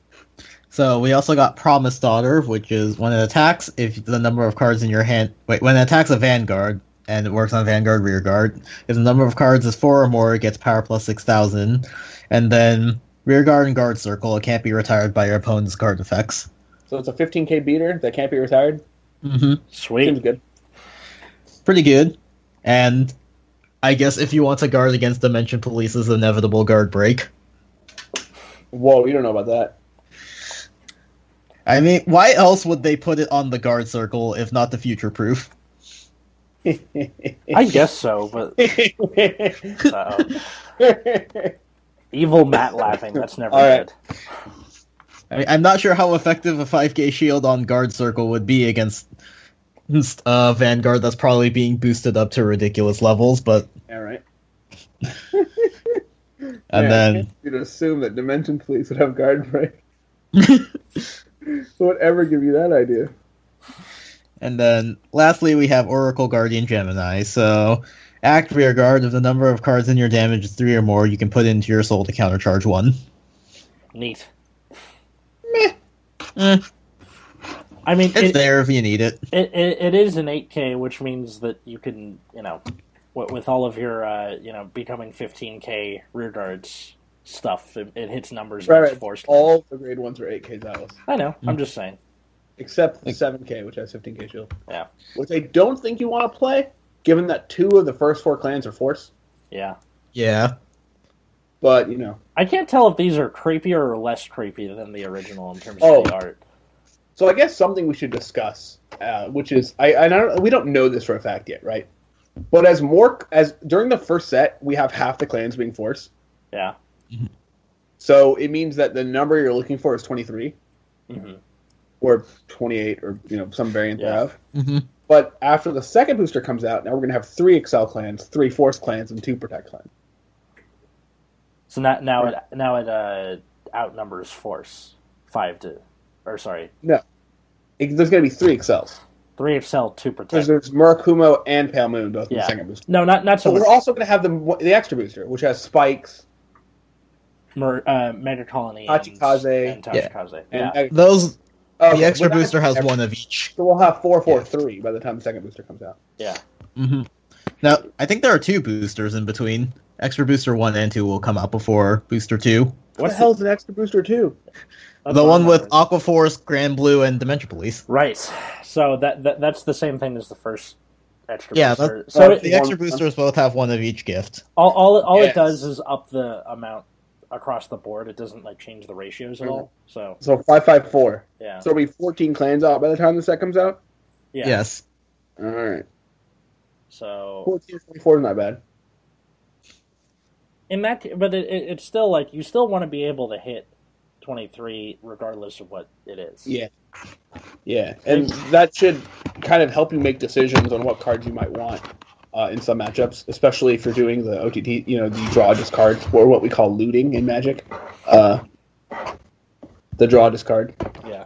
Speaker 3: So we also got Promised Daughter, which is when it attacks, if the number of cards in your hand wait, when it attacks a vanguard and it works on vanguard rear guard, if the number of cards is four or more, it gets power plus six thousand, and then rear guard and guard circle, it can't be retired by your opponent's card effects.
Speaker 2: So it's a 15k beater that can't be retired.
Speaker 3: hmm
Speaker 1: Sweet.
Speaker 2: Seems good.
Speaker 3: Pretty good, and I guess if you want to guard against Dimension Police's inevitable guard break,
Speaker 2: Whoa, you don't know about that.
Speaker 3: I mean, why else would they put it on the guard circle if not the future proof?
Speaker 1: I guess so, but
Speaker 2: All
Speaker 1: uh Evil Matt laughing. That's never
Speaker 2: All right.
Speaker 1: good.
Speaker 3: I mean, I'm not sure how effective a 5k shield on guard circle would be against against, uh, Vanguard that's probably being boosted up to ridiculous levels, but
Speaker 2: right.
Speaker 3: and then
Speaker 2: you'd assume that Dimension Police would have guard break. Whatever give you that idea?
Speaker 3: and then lastly we have Oracle Guardian Gemini. So act rear guard if the number of cards in your damage is three or more, you can put into your soul to countercharge one.
Speaker 1: Neat.
Speaker 3: Eh,
Speaker 1: I mean,
Speaker 3: it's
Speaker 1: it,
Speaker 3: there if you need it.
Speaker 1: it, it, it is an 8K, which means that you can, you know, with, with all of your, uh, you know, becoming 15K rear guards stuff, it, it hits numbers
Speaker 2: Right,
Speaker 1: much
Speaker 2: right.
Speaker 1: forced.
Speaker 2: All the grade ones are 8k Zalos,
Speaker 1: I know.
Speaker 3: Hmm.
Speaker 1: I'm just saying.
Speaker 2: except the 7k, which has 15k shield.
Speaker 1: Yeah.
Speaker 2: Which I don't think you want to play, given that two of the first four clans are force.
Speaker 1: Yeah.
Speaker 3: Yeah.
Speaker 2: But you know,
Speaker 1: I can't tell if these are creepier or less creepy than the original in terms of
Speaker 2: Oh.
Speaker 1: the art.
Speaker 2: so I guess something we should discuss, uh, which is I, I don't we don't know this for a fact yet, right? But as more as during the first set, we have half the clans being force,
Speaker 1: Yeah.
Speaker 2: so it means that the number you're looking for is 23
Speaker 1: hmm
Speaker 2: or 28 or you know some variant
Speaker 1: Yeah.
Speaker 2: thereof.
Speaker 3: Mm-hmm.
Speaker 2: But after the second booster comes out, now we're going to have three Excel clans, three Force clans, and two Protect clans.
Speaker 1: So now now it now it uh, outnumbers force five to, or sorry,
Speaker 2: It- There's going to be three Excels.
Speaker 1: three excel two
Speaker 2: There's,
Speaker 1: protect.
Speaker 2: there's Murakumo and Pale Moon both in
Speaker 1: Yeah.
Speaker 2: the second booster.
Speaker 1: No, not not so
Speaker 2: So
Speaker 1: much.
Speaker 2: we're also going to have the the extra booster, which has spikes.
Speaker 1: Mer, uh, Mega Colony
Speaker 2: Tachikaze.
Speaker 1: and, and
Speaker 3: Yeah.
Speaker 1: Tachikaze.
Speaker 2: And
Speaker 1: Yeah.
Speaker 3: Those
Speaker 2: oh,
Speaker 3: the extra
Speaker 2: we're not-
Speaker 3: booster has one of each.
Speaker 2: So we'll have four, four, three by the time the second booster comes out.
Speaker 3: Mm-hmm. Now I think there are two boosters in between. Extra booster one and two will come out before booster two.
Speaker 2: What the
Speaker 1: What's
Speaker 2: hell is an extra booster too?
Speaker 1: that's
Speaker 3: the
Speaker 1: what
Speaker 3: one
Speaker 1: I'm
Speaker 3: with
Speaker 1: wondering.
Speaker 3: Aqua Force, Grand Blue, and Dementia Police.
Speaker 1: right. So that, that that's the same thing as the first extra
Speaker 3: Yeah,
Speaker 1: booster.
Speaker 2: that's
Speaker 1: so it,
Speaker 3: the extra
Speaker 2: one-
Speaker 3: boosters both have one of each gift.
Speaker 1: all all, all
Speaker 2: Yes.
Speaker 1: it does is up the amount across the board. It doesn't like change the ratios at all. So
Speaker 2: So five, five, four.
Speaker 1: yeah,
Speaker 2: Mm-hmm. So it'll be fourteen clans out by the time the set comes out.
Speaker 1: yeah.
Speaker 3: Yes.
Speaker 2: All right,
Speaker 1: So
Speaker 2: 14, 24 is not bad.
Speaker 1: in that, ca- but it, it, it's still like you still want to be able to hit twenty three regardless of what it is.
Speaker 2: Yeah. Yeah, and that should kind of help you make decisions on what cards you might want uh, in some matchups, especially if you're doing the OTT, you know, the draw discard or what we call looting in Magic. Uh, the draw discard.
Speaker 1: yeah.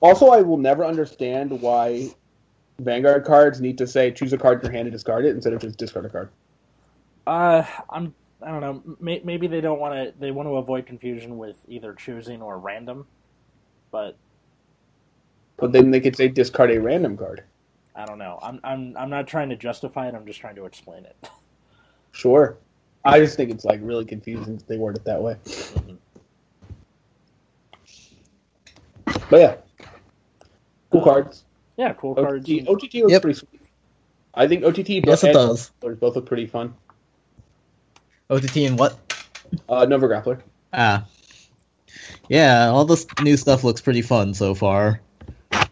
Speaker 2: Also, I will never understand why Vanguard cards need to say choose a card in your hand and discard it instead of just discard a card.
Speaker 1: Uh, I'm I don't know. May, maybe they don't want to. They want to avoid confusion with either choosing or random. But
Speaker 2: But then they could say discard a random card.
Speaker 1: I don't know. I'm I'm I'm not trying to justify it. I'm just trying to explain it.
Speaker 2: Sure. I just think it's like really confusing that they word it that way. But yeah, cool cards.
Speaker 1: yeah, Uh, cool cards.
Speaker 2: OTT, OTT looks
Speaker 3: Yep.
Speaker 2: pretty sweet. I think OTT
Speaker 3: Yes, it
Speaker 2: and
Speaker 3: does.
Speaker 2: Grappler both look pretty fun.
Speaker 3: OTT and what?
Speaker 2: Uh, Nova Grappler.
Speaker 3: Ah. Yeah, all this new stuff looks pretty fun so far.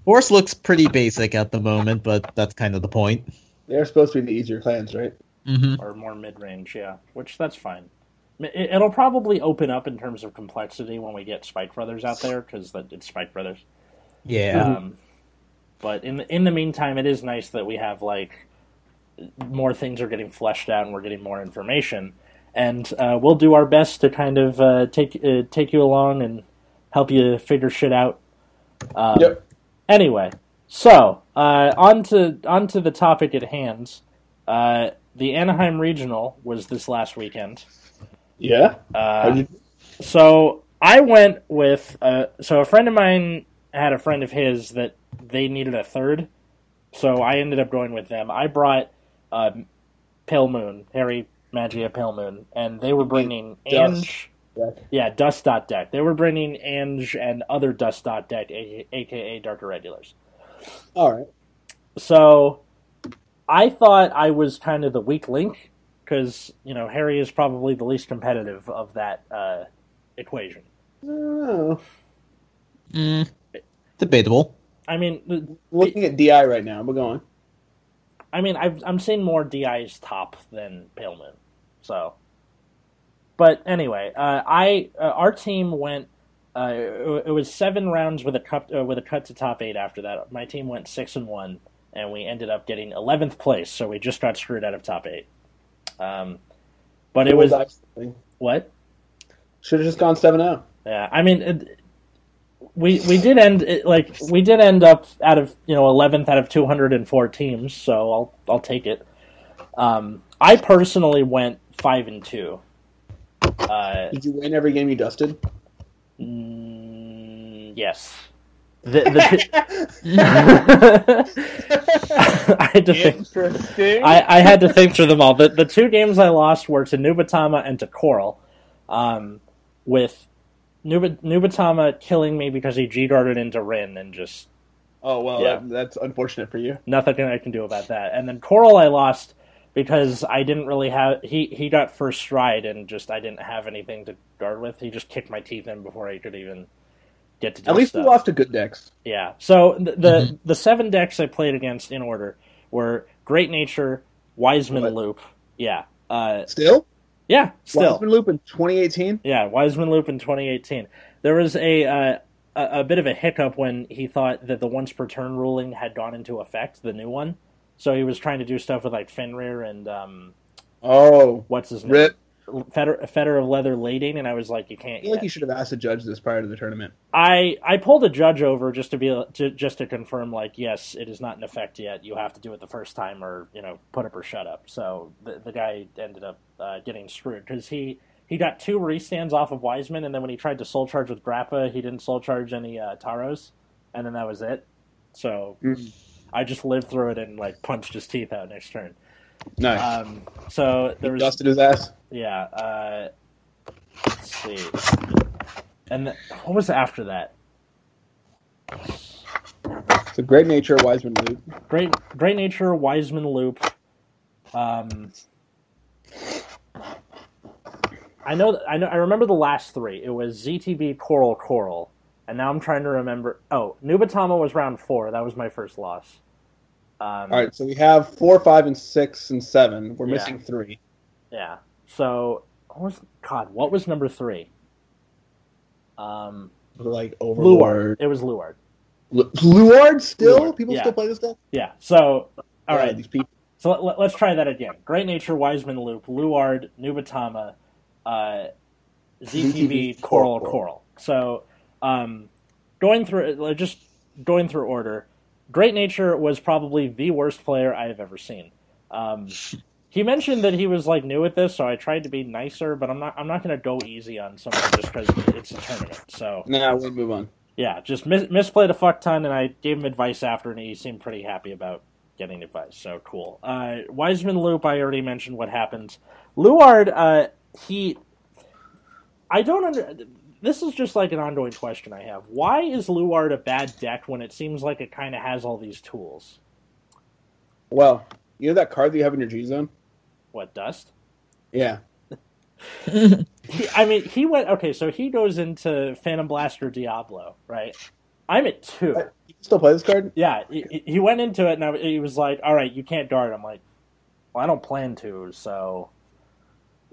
Speaker 3: Force looks pretty basic at the moment, but that's kind of the point.
Speaker 2: They're supposed to be the easier clans, right?
Speaker 3: Mm-hmm.
Speaker 1: or more mid range, yeah, which that's fine. I- it- It'll probably open up in terms of complexity when we get Spike Brothers out there because it's Spike Brothers.
Speaker 3: Yeah.
Speaker 1: Um, but in the, in the meantime, it is nice that we have like more things are getting fleshed out and we're getting more information, and uh, we'll do our best to kind of uh, take uh, take you along and help you figure shit out. Um,
Speaker 2: Yep.
Speaker 1: Anyway, so uh, on to on to the topic at hand. Uh, the Anaheim Regional was this last weekend.
Speaker 2: Yeah.
Speaker 1: Uh,
Speaker 2: How'd you-
Speaker 1: so I went with uh, so a friend of mine had a friend of his that they needed a third, so I ended up going with them. I brought um, Pale Moon, Harry Magia Pale Moon, and they were bringing Ange.
Speaker 2: Dust. Deck.
Speaker 1: Yeah, Dust Dot Deck. They were bringing Ange and other Dust Dot Deck, a- aka Dark Irregulars.
Speaker 2: All right.
Speaker 1: So I thought I was kind of the weak link because you know Harry is probably the least competitive of that uh, equation.
Speaker 2: Oh.
Speaker 3: Mm. Debatable.
Speaker 1: I mean,
Speaker 2: Looking at DI right now, but go on.
Speaker 1: I mean, I've, I'm seeing more DI's top than Pale Moon, so. But anyway, uh, I uh, our team went. Uh, it, it was seven rounds with a cup uh, with a cut to top eight. After that, my team went six and one, and we ended up getting eleventh place. So we just got screwed out of top eight. Um, but it was what?
Speaker 2: Should have just gone oh. 7 0.
Speaker 1: Yeah, I mean, it, we we did end it, like we did end up out of you know eleventh out of two hundred and four teams, so I'll I'll take it. Um, I personally went five and two. Uh,
Speaker 2: Did you win every game you dusted?
Speaker 1: mm, yes, the, the I had to think.
Speaker 2: Interesting.
Speaker 1: I, I had to think through them all. The the two games I lost were to Nubatama and to Coral, um, with Nuba, Nubatama killing me because he G guarded into Rin and just
Speaker 2: Oh well,
Speaker 1: Yeah.
Speaker 2: that, that's unfortunate for you.
Speaker 1: nothing I can do about that. And then Coral, I lost because I didn't really have he he got first stride and just I didn't have anything to guard with. He just kicked my teeth in before I could even get to. Do
Speaker 2: At least
Speaker 1: stuff.
Speaker 2: you lost to good decks.
Speaker 1: Yeah. So the the, the seven decks I played against in order were Great Nature, Wiseman
Speaker 2: What?
Speaker 1: Loop. Yeah. Uh,
Speaker 2: Still,
Speaker 1: yeah. Still.
Speaker 2: Wiseman Loop in 2018.
Speaker 1: Yeah, Wiseman Loop in 2018. There was a, uh, a a bit of a hiccup when he thought that the once per turn ruling had gone into effect, the new one. So he was trying to do stuff with like Fenrir and um,
Speaker 2: Oh,
Speaker 1: what's his name,
Speaker 2: rip!
Speaker 1: Fetter, Fetter of Leather Lading, and I was like, you
Speaker 2: I
Speaker 1: can't.
Speaker 2: feel like
Speaker 1: yet.
Speaker 2: you should have asked the judge this prior to the tournament.
Speaker 1: I I pulled a judge over just to be to, just to confirm, like, yes, it is not in effect yet. You have to do it the first time, or you know, put up or shut up. So the the guy ended up uh, getting screwed because he he got two restands off of Wiseman, and then when he tried to soul charge with Grappa, he didn't soul charge any uh, Taros, and then that was it. So
Speaker 2: Mm.
Speaker 1: I just lived through it and like punched his teeth out next turn.
Speaker 2: Nice.
Speaker 1: Um, so there was
Speaker 2: Dusted his ass.
Speaker 1: yeah. Uh, let's see. And th- what was after that?
Speaker 2: It's a great nature Wiseman Loop.
Speaker 1: Great, Great Nature, Wiseman Loop. Um, I know, I know, I remember the last three. It was ZTB, Coral, Coral, and now I'm trying to remember. Oh, Nubatama was round four. That was my first loss. Um,
Speaker 2: All right, so we have four, five, and six, and seven. We're
Speaker 1: Yeah.
Speaker 2: missing three.
Speaker 1: Yeah. So, what was God? What was number three? Um,
Speaker 2: We're like
Speaker 1: Luard.
Speaker 2: Overlord.
Speaker 1: It was Luard.
Speaker 2: Lu- Luard still?
Speaker 1: Luard,
Speaker 2: People
Speaker 1: yeah.
Speaker 2: still play this deck?
Speaker 1: Yeah. So, all
Speaker 2: Yeah,
Speaker 1: right.
Speaker 2: These people.
Speaker 1: So let, let, us try that again. Great Nature, Wiseman Loop, Luard, Nubatama, uh, ZTV,
Speaker 2: ZTV,
Speaker 1: Coral,
Speaker 2: Coral,
Speaker 1: Coral. So um, going through, like, just going through order, Great Nature was probably the worst player I have ever seen. Um, he mentioned that he was like new at this, so I tried to be nicer, but I'm not. I'm not going to go easy on someone just because it's a tournament. So
Speaker 2: Nah, we move on.
Speaker 1: yeah, just mis- misplayed a fuck ton, and I gave him advice after, and he seemed pretty happy about getting advice. So cool. Uh, Wiseman Loop, I already mentioned what happened. Luard, uh, he, I don't under. This is just like an ongoing question I have. Why is Luard a bad deck when it seems like it kind of has all these tools?
Speaker 2: Well, you know that card that you have in your G zone?
Speaker 1: What dust?
Speaker 2: Yeah.
Speaker 1: He, I mean, he went okay. So he goes into Phantom Blaster Diablo, right? I'm at two.
Speaker 2: You can still play this card?
Speaker 1: Yeah, he, he went into it and I, he was like, "All right, you can't dart." I'm like, "Well, I don't plan to, so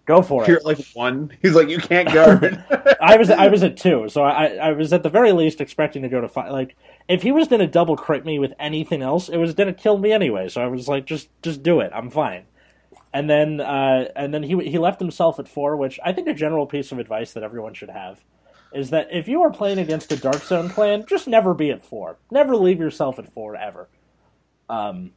Speaker 1: go for
Speaker 2: You're
Speaker 1: it."
Speaker 2: at like one. He's like, you can't guard.
Speaker 1: I was I was at two, so I I was at the very least expecting to go to five. Like, if he was going to double crit me with anything else, it was going to kill me anyway. So I was like, "Just just do it. I'm fine." And then uh, and then he he left himself at four, which I think a general piece of advice that everyone should have is that if you are playing against a Dark Zone clan, just never be at four. Never leave yourself at four ever. Um,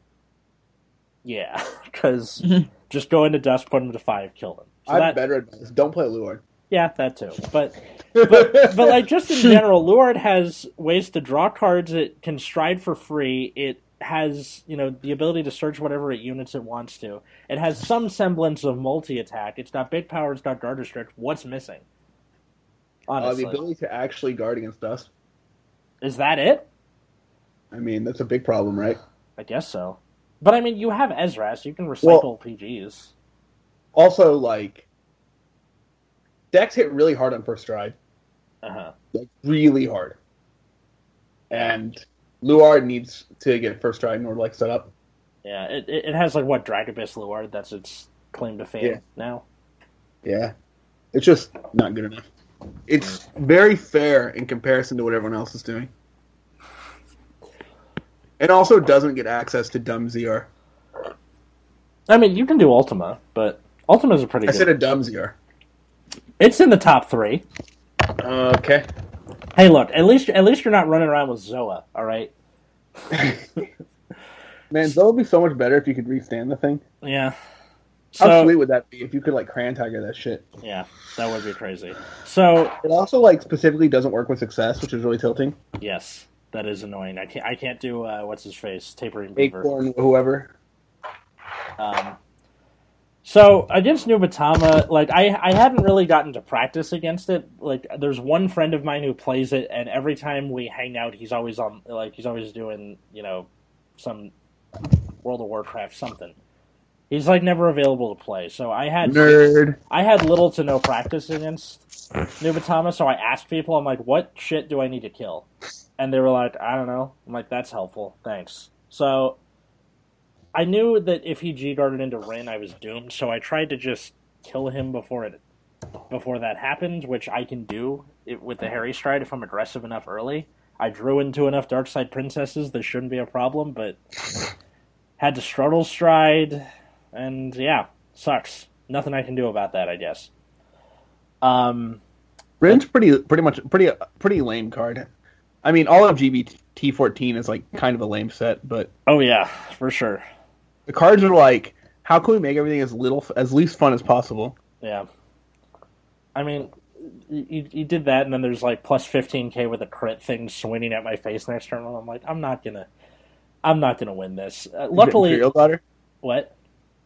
Speaker 1: yeah, because just go into dust, put him to five, kill him. So
Speaker 2: I
Speaker 1: that-
Speaker 2: have better advice. Don't play Luard.
Speaker 1: yeah, that too. But but but like just in general, Luard has ways to draw cards. It can stride for free. It has you know the ability to search whatever it units it wants to. It has some semblance of multi attack. It's got big power. It's got guard restrict. What's missing?
Speaker 2: uh, the
Speaker 1: Honestly,
Speaker 2: ability to actually guard against dust.
Speaker 1: is that it?
Speaker 2: I mean, that's a big problem, right?
Speaker 1: I guess so. But I mean, you have Ezras. You can recycle
Speaker 2: Well-
Speaker 1: PGs.
Speaker 2: Also, like, decks hit really hard on first stride.
Speaker 1: Uh huh.
Speaker 2: like really hard. And Luard needs to get first try in order to like set up.
Speaker 1: Yeah. It, it it has like what Dragobus Luard. That's its claim to fame
Speaker 2: Yeah.
Speaker 1: now.
Speaker 2: Yeah. It's just not good enough. It's very fair in comparison to what everyone else is doing. It also doesn't get access to dumb ZR.
Speaker 1: I mean, you can do Ultima, but Ultima's a pretty.
Speaker 2: I
Speaker 1: good...
Speaker 2: said a dumb ZR.
Speaker 1: It's in the top three.
Speaker 2: Okay.
Speaker 1: Hey, look, at least at least you're not running around with Zoa. All right.
Speaker 2: Man, that would be so much better if you could restand the thing.
Speaker 1: Yeah.
Speaker 2: How
Speaker 1: So
Speaker 2: sweet would that be if you could like cran tiger that shit?
Speaker 1: yeah, that would be crazy. So
Speaker 2: It also like specifically doesn't work with success, which is really tilting.
Speaker 1: yes, that is annoying. I can't I can't do uh, what's his face tapering beaver.
Speaker 2: Acorn, whoever.
Speaker 1: Um, So against Nubatama, like I, I hadn't really gotten to practice against it. Like there's one friend of mine who plays it, and every time we hang out, he's always on like he's always doing you know some World of Warcraft something. He's like never available to play. So I had
Speaker 2: Nerd.
Speaker 1: I had little to no practice against Nubatama, so I asked people, I'm like, what shit do I need to kill? And they were like, I don't know. I'm like, that's helpful. Thanks. So I knew that if he G guarded into Rin, I was doomed, so I tried to just kill him before it before that happened, which I can do it, with the Harry stride if I'm aggressive enough early. I drew into enough dark side princesses, there shouldn't be a problem, but had to struggle stride and yeah, sucks. Nothing I can do about that, I guess. Um,
Speaker 2: Rin's pretty pretty much pretty pretty lame card. I mean, all of GBT fourteen is like kind of a lame set, but
Speaker 1: oh yeah, for sure.
Speaker 2: the cards are like, how can we make everything as little as least fun as possible?
Speaker 1: Yeah. I mean, you, you did that, and then there's like plus 15k with a crit thing swinging at my face next turn. and I'm like, I'm not gonna, I'm not gonna win this. Uh,
Speaker 2: Is it
Speaker 1: luckily,
Speaker 2: Imperial daughter.
Speaker 1: what?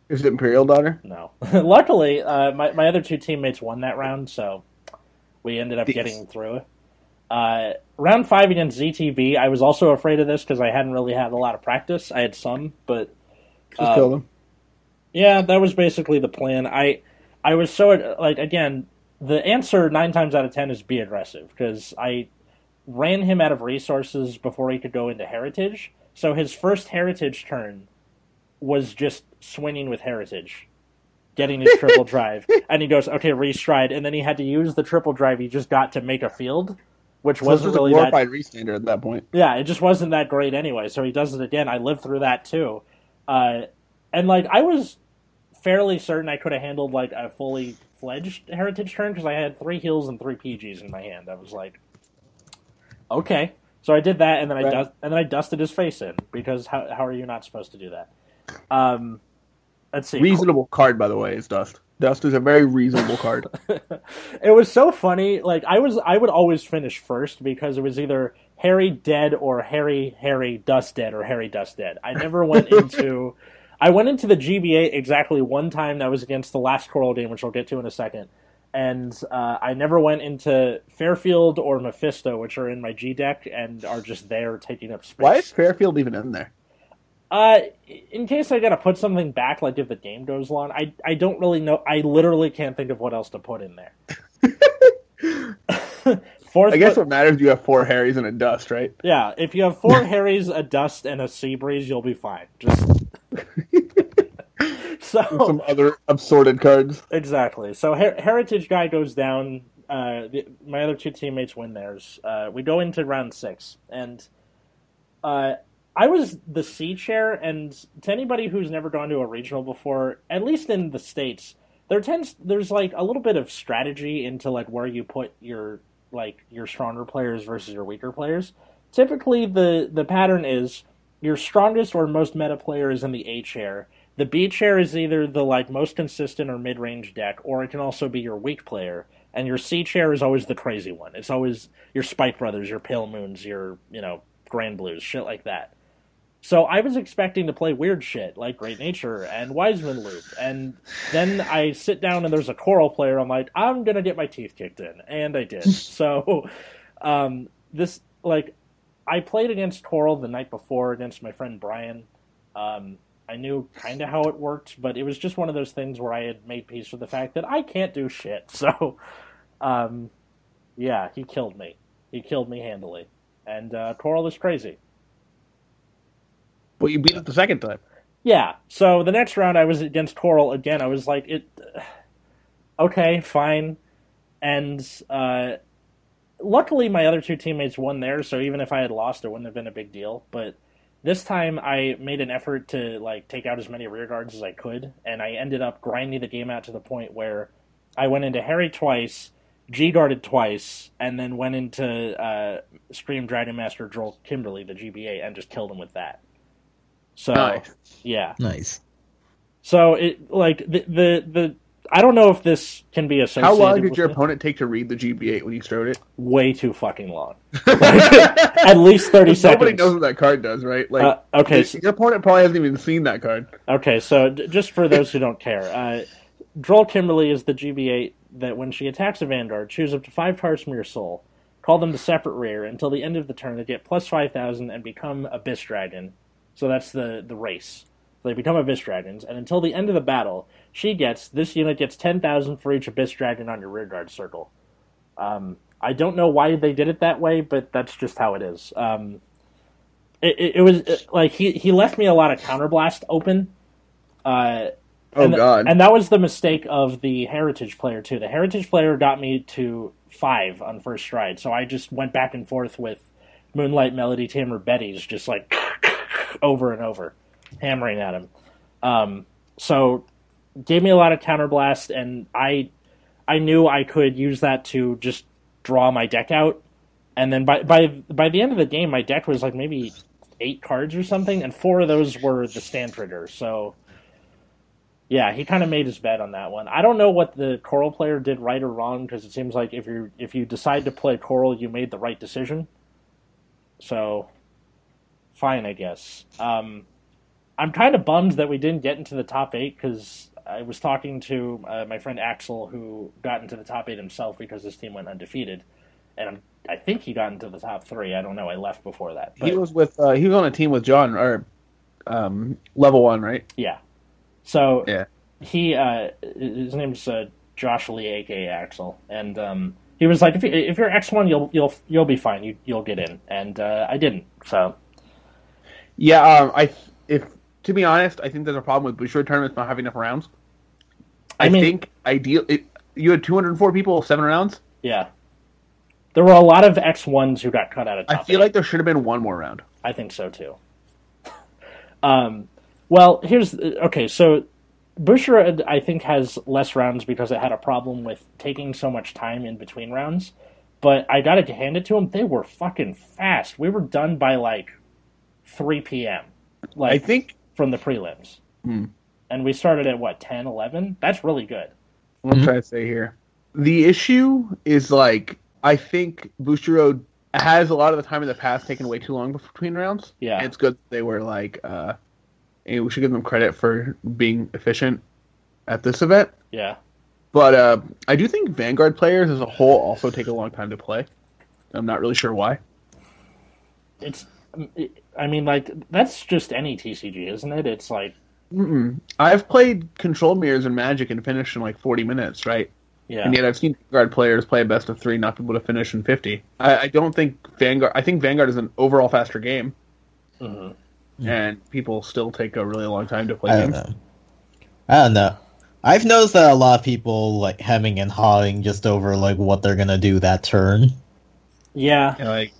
Speaker 2: Is it Imperial daughter?
Speaker 1: No. Luckily, uh, my my other two teammates won that round, so we ended up
Speaker 2: These.
Speaker 1: getting through. Uh, round five against ZTB, I was also afraid of this because I hadn't really had a lot of practice. I had some, but
Speaker 2: Just
Speaker 1: Uh,
Speaker 2: kill them.
Speaker 1: yeah, that was basically the plan. I I was so like again, the answer nine times out of ten is be aggressive because I ran him out of resources before he could go into heritage. So his first heritage turn was just swinging with heritage, getting his triple drive, and he goes okay restride, and then he had to use the triple drive he just got to make a field, which
Speaker 2: So this
Speaker 1: wasn't
Speaker 2: was a
Speaker 1: really that
Speaker 2: glorified restander at that point.
Speaker 1: yeah, it just wasn't that great anyway. So he does it again. I lived through that too, uh, and like I was fairly certain I could have handled like a fully fledged heritage turn because I had three heals and three PGs in my hand. I was like, okay. So I did that, and then I
Speaker 2: Right.
Speaker 1: dust, and then I dusted his face in because how how are you not supposed to do that? Um, let's see.
Speaker 2: Reasonable card, by the way, is Dust. Dust is a very reasonable card.
Speaker 1: it was so funny. Like I was, I would always finish first because it was either Harry dead or Harry Harry Dust dead or Harry Dust dead. I never went into. I went into the GBA exactly one time. That was against the last Coral game, which we'll get to in a second. And uh, I never went into Fairfield or Mephisto, which are in my G deck and are just there taking up space.
Speaker 2: Why is Fairfield even in there?
Speaker 1: Uh, in case I gotta put something back, like if the game goes long, I I don't really know. I literally can't think of what else to put in there. Fourth,
Speaker 2: I guess
Speaker 1: put-
Speaker 2: what matters is you have four Harrys and a Dust, right?
Speaker 1: yeah. If you have four Harrys, a Dust, and a Sea Breeze, you'll be fine. Just so
Speaker 2: Some other assorted cards.
Speaker 1: Exactly. So Her- Heritage guy goes down. Uh, the, my other two teammates win theirs. Uh, we go into round six, and uh, I was the C chair. And to anybody who's never gone to a regional before, at least in the states, there tends there's like a little bit of strategy into like where you put your like your stronger players versus your weaker players. Typically, the the pattern is your strongest or most meta player is in the A chair. The B chair is either the like most consistent or mid range deck, or it can also be your weak player. And your C chair is always the crazy one. It's always your Spike Brothers, your Pale Moons, your you know Grand Blues, shit like that. So I was expecting to play weird shit like Great Nature and Wiseman Loop, and then I sit down and there's a Coral player. I'm like, I'm gonna get my teeth kicked in, and I did. So um, this like I played against Coral the night before against my friend Brian. Um, I knew kind of how it worked, but it was just one of those things where I had made peace with the fact that I can't do shit. So, um, yeah, he killed me. He killed me handily. And uh, Coral is crazy.
Speaker 2: But you beat it the second time.
Speaker 1: Yeah. So the next round, I was against Coral again. I was like, it. Okay, fine. And uh, luckily, my other two teammates won there, so even if I had lost, it wouldn't have been a big deal. But this time, I made an effort to like take out as many rear guards as I could, and I ended up grinding the game out to the point where I went into Harry twice. G guarded twice, and then went into uh, Scream Dragon Master Joel Kimberly, the GBA, and just killed him with that. So,
Speaker 2: Nice.
Speaker 1: yeah.
Speaker 3: Nice.
Speaker 1: So it like the the, the I don't know if this can be associated.
Speaker 2: How long did
Speaker 1: with
Speaker 2: your
Speaker 1: it.
Speaker 2: opponent take to read the GB8 when you strode it?
Speaker 1: Way too fucking long. At least thirty
Speaker 2: Nobody
Speaker 1: seconds.
Speaker 2: knows what that card does, right? Like,
Speaker 1: Uh, okay,
Speaker 2: your-
Speaker 1: so-
Speaker 2: your opponent probably hasn't even seen that card.
Speaker 1: Okay, so d- just for those who don't care, uh, Droll Kimberly is the GB8 that when she attacks a Vanguard, choose up to five cards from your soul, call them to separate rear until the end of the turn. They get plus five thousand and become Abyss Dragon. So that's the the race. So they become Abyss Dragons, and until the end of the battle, she gets this unit gets ten thousand for each Abyss Dragon on your rear guard circle. Um, I don't know why they did it that way, but that's just how it is. Um, it, it, it was it, like he, he left me a lot of counterblast open. Uh,
Speaker 2: Oh,
Speaker 1: and th-
Speaker 2: God.
Speaker 1: and that was the mistake of the heritage player too. The heritage player got me to five on first stride, so I just went back and forth with Moonlight Melody Tamer Betty's, just like over and over, hammering at him. Um, so gave me a lot of counterblast, and I I knew I could use that to just draw my deck out. And then by by by the end of the game, my deck was like maybe eight cards or something, and four of those were the stand trigger. So yeah, he kind of made his bet on that one. I don't know what the coral player did right or wrong because it seems like if you if you decide to play coral, you made the right decision. So fine, I guess. Um, I'm kind of bummed that we didn't get into the top eight because I was talking to uh, my friend Axel, who got into the top eight himself because his team went undefeated, and I'm, I think he got into the top three. I don't know. I left before that. But,
Speaker 2: he was with uh, he was on a team with John or um, level one, right?
Speaker 1: yeah. So
Speaker 2: Yeah.
Speaker 1: he uh, his name's uh, Josh Lee, aka Axel, and um, he was like, if, you, if you're X one, you'll you'll you'll be fine. You you'll get in, and uh, I didn't. So
Speaker 2: Yeah, um, I if to be honest, I think there's a problem with Boucher tournaments not having enough rounds. I,
Speaker 1: I mean-
Speaker 2: think ideal it, you had 204 people, seven rounds.
Speaker 1: yeah, there were a lot of X ones who got cut out of.
Speaker 2: I
Speaker 1: Top
Speaker 2: feel
Speaker 1: eight.
Speaker 2: like there should have been one more round.
Speaker 1: I think so too. um, well, here's okay. So Bushra, I think, has less rounds because it had a problem with taking so much time in between rounds. But I got to hand it to him; they were fucking fast. We were done by like three p.m. Like
Speaker 2: I think
Speaker 1: from the prelims,
Speaker 2: Hmm.
Speaker 1: and we started at what 10, 11? That's really good.
Speaker 2: what I'm trying to say here. The issue is like I think Bouchero has a lot of the time in the past taken way too long between rounds.
Speaker 1: Yeah.
Speaker 2: it's good that they were like, uh, and we should give them credit for being efficient at this event.
Speaker 1: Yeah,
Speaker 2: But uh, I do think Vanguard players as a whole also take a long time to play. I'm not really sure why.
Speaker 1: it's. mm, I mean, like that's just any TCG, isn't it? It's like
Speaker 2: Mm-mm. I've played control mirrors and magic and finished in like 40 minutes, right?
Speaker 1: yeah,
Speaker 2: And yet I've seen Vanguard players play a best of three, not be able to finish in 50. I, I don't think Vanguard. I think Vanguard is an overall faster game,
Speaker 1: Mhm.
Speaker 2: and people still take a really long time to play
Speaker 3: Hmm. I don't
Speaker 2: games.
Speaker 3: know. I don't know. I've noticed that a lot of people like hemming and hawing just over like what they're gonna do that turn.
Speaker 1: yeah.
Speaker 2: And, like,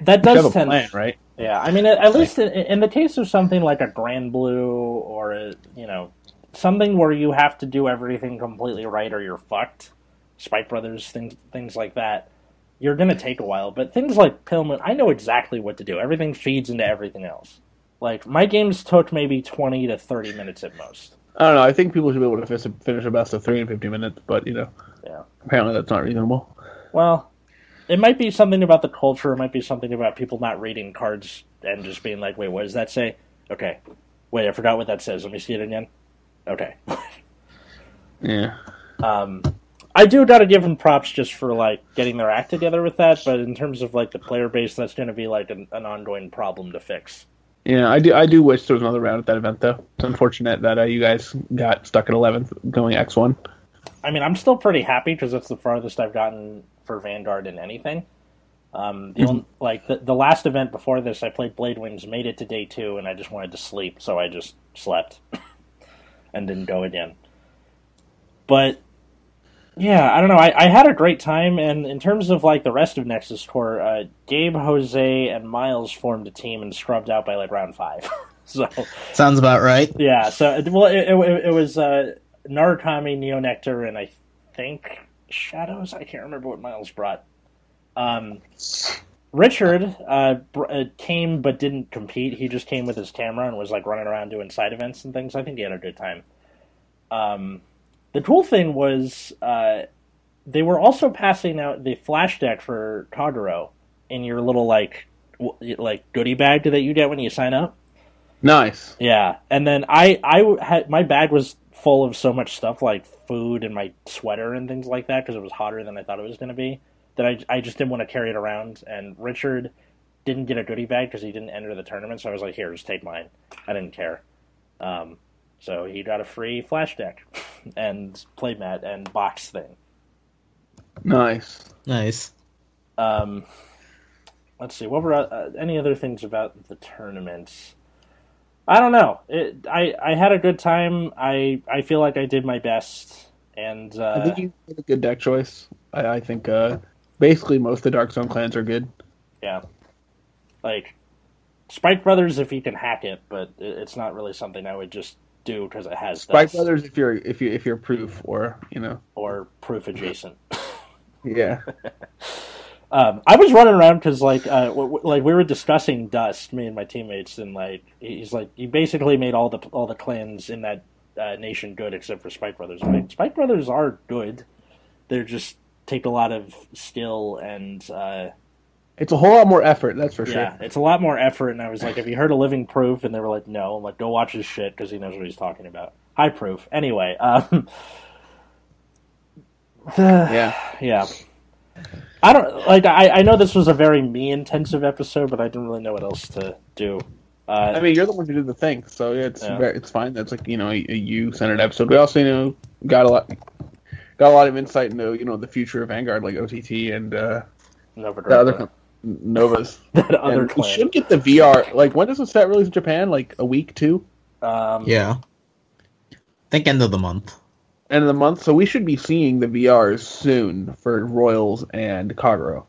Speaker 1: That
Speaker 2: you
Speaker 1: does
Speaker 2: have a
Speaker 1: tend.
Speaker 2: plan, right?
Speaker 1: Yeah, I mean, at, at least in, in the case of something like a Grand Blue or a, you know something where you have to do everything completely right or you're fucked. Spike Brothers things things like that. You're gonna take a while, but things like Pillman, I know exactly what to do. Everything feeds into everything else. Like my games took maybe twenty to thirty minutes at most.
Speaker 2: I don't know. I think people should be able to fis- finish a best of three in 50 minutes, but you know,
Speaker 1: Yeah.
Speaker 2: apparently that's not reasonable.
Speaker 1: Well, it might be something about the culture. It might be something about people not reading cards and just being like, "Wait, what does that say?" Okay, wait, I forgot what that says. Let me see it again. Okay.
Speaker 2: Yeah.
Speaker 1: Um, I do gotta give them props just for like getting their act together with that, but in terms of like the player base, that's gonna be like an, an ongoing problem to fix.
Speaker 2: Yeah, I do. I do wish there was another round at that event, though. It's unfortunate that uh, you guys got stuck at eleventh, going X one.
Speaker 1: I mean, I'm still pretty happy because that's the farthest I've gotten for Vanguard in anything. Um, the only, like the, the last event before this, I played Blade Wings, made it to day two, and I just wanted to sleep, so I just slept and didn't go again. But yeah, I don't know. I, I had a great time, and in terms of like the rest of Nexus Tour, uh, Gabe, Jose, and Miles formed a team and scrubbed out by like round five. so
Speaker 3: Sounds about right.
Speaker 1: yeah, so it- well, it, it, it was uh, Narukami, Neo Nectar, and I think Shadows. I can't remember what Miles brought. Um, Richard uh, br- uh, came but didn't compete. He just came with his camera and was like running around doing side events and things. I think he had a good time. Um, The cool thing was uh, they were also passing out the flash deck for Kagero in your little like w- like goodie bag that you get when you sign up.
Speaker 2: Nice.
Speaker 1: Yeah, and then I I had my bag was full of so much stuff like food and my sweater and things like that because it was hotter than I thought it was going to be that I I just didn't want to carry it around. And Richard didn't get a goodie bag because he didn't enter the tournament, so I was like, here, just take mine. I didn't care. Um, so he got a free flash deck and playmat and box thing.
Speaker 2: Nice.
Speaker 3: Nice.
Speaker 1: Um, let's see. What were uh, any other things about the tournament? I don't know. It, I I had a good time. I I feel like I did my best, and uh,
Speaker 2: I think you did a good deck choice. I, I think uh, basically most of the Dark Zone clans are good.
Speaker 1: yeah, like Spike Brothers if you can hack it, but it, it's not really something I would just do because it has
Speaker 2: Spike
Speaker 1: this
Speaker 2: Brothers, if you're if you if you're proof or you know,
Speaker 1: or proof adjacent.
Speaker 2: yeah,
Speaker 1: Um, I was running around because like uh, w- w- like we were discussing Dust, me and my teammates, and like he's like you basically made all the all the clans in that uh, nation good except for Spike Brothers. I'm like, Spike Brothers are good. They're just take a lot of skill and uh,
Speaker 2: it's a whole lot more effort. That's for
Speaker 1: yeah,
Speaker 2: sure.
Speaker 1: it's a lot more effort. And I was like, have you heard of Living Proof? And they were like, no. I'm like, go watch his shit because he knows what he's talking about. High Proof. Anyway, um, the-
Speaker 2: Yeah,
Speaker 1: yeah. I don't like. I, I know this was a very me intensive episode, but I didn't really know what else to do. Uh,
Speaker 2: I mean, you're the one who did the thing, so yeah, it's
Speaker 1: Yeah.
Speaker 2: Very, it's fine. That's like you know a, a you centered episode. We also you know got a lot got a lot of insight into you know the future of Vanguard, like OTT and uh,
Speaker 1: Nova
Speaker 2: the other
Speaker 1: Dracula.
Speaker 2: com- Novas.
Speaker 1: that other
Speaker 2: And we
Speaker 1: clan.
Speaker 2: should get the VR. Like when does the set release in Japan? Like a week two
Speaker 1: Um,
Speaker 3: Yeah. think end of the month.
Speaker 2: end of the month. So we should be seeing the VRs soon for Royals and Kagero,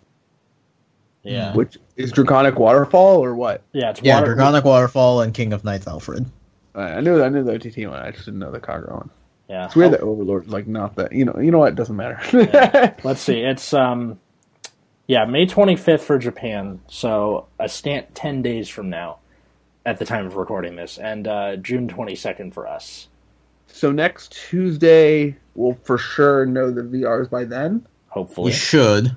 Speaker 1: yeah,
Speaker 2: which is Draconic Waterfall or what?
Speaker 1: yeah. It's
Speaker 3: Yeah,
Speaker 1: water-
Speaker 3: Draconic Waterfall and King of Knights Alfred.
Speaker 2: Uh, I I knew I knew the OTT one. I just didn't know the Kagura one.
Speaker 1: Yeah,
Speaker 2: It's weird
Speaker 3: Oh.
Speaker 2: that Overlord's like not that. You know, you know what? It doesn't matter.
Speaker 1: Yeah. Let's see. It's um, yeah, May twenty fifth for Japan. So a stant ten days from now, at the time of recording this, and uh, June twenty second for us.
Speaker 2: so next Tuesday, we'll for sure know the VRs by then,
Speaker 3: You
Speaker 1: Hopefully.
Speaker 3: should.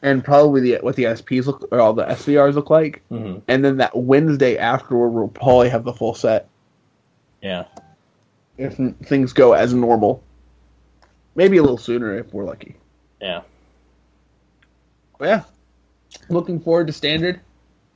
Speaker 2: and probably the what the SPs look or all the SVRs look like.
Speaker 1: hmm
Speaker 2: And then that Wednesday afterward, we'll probably have the full set
Speaker 1: Yeah.
Speaker 2: if n- things go as normal. Maybe a little sooner if we're lucky.
Speaker 1: Yeah.
Speaker 2: But yeah, looking forward to standard,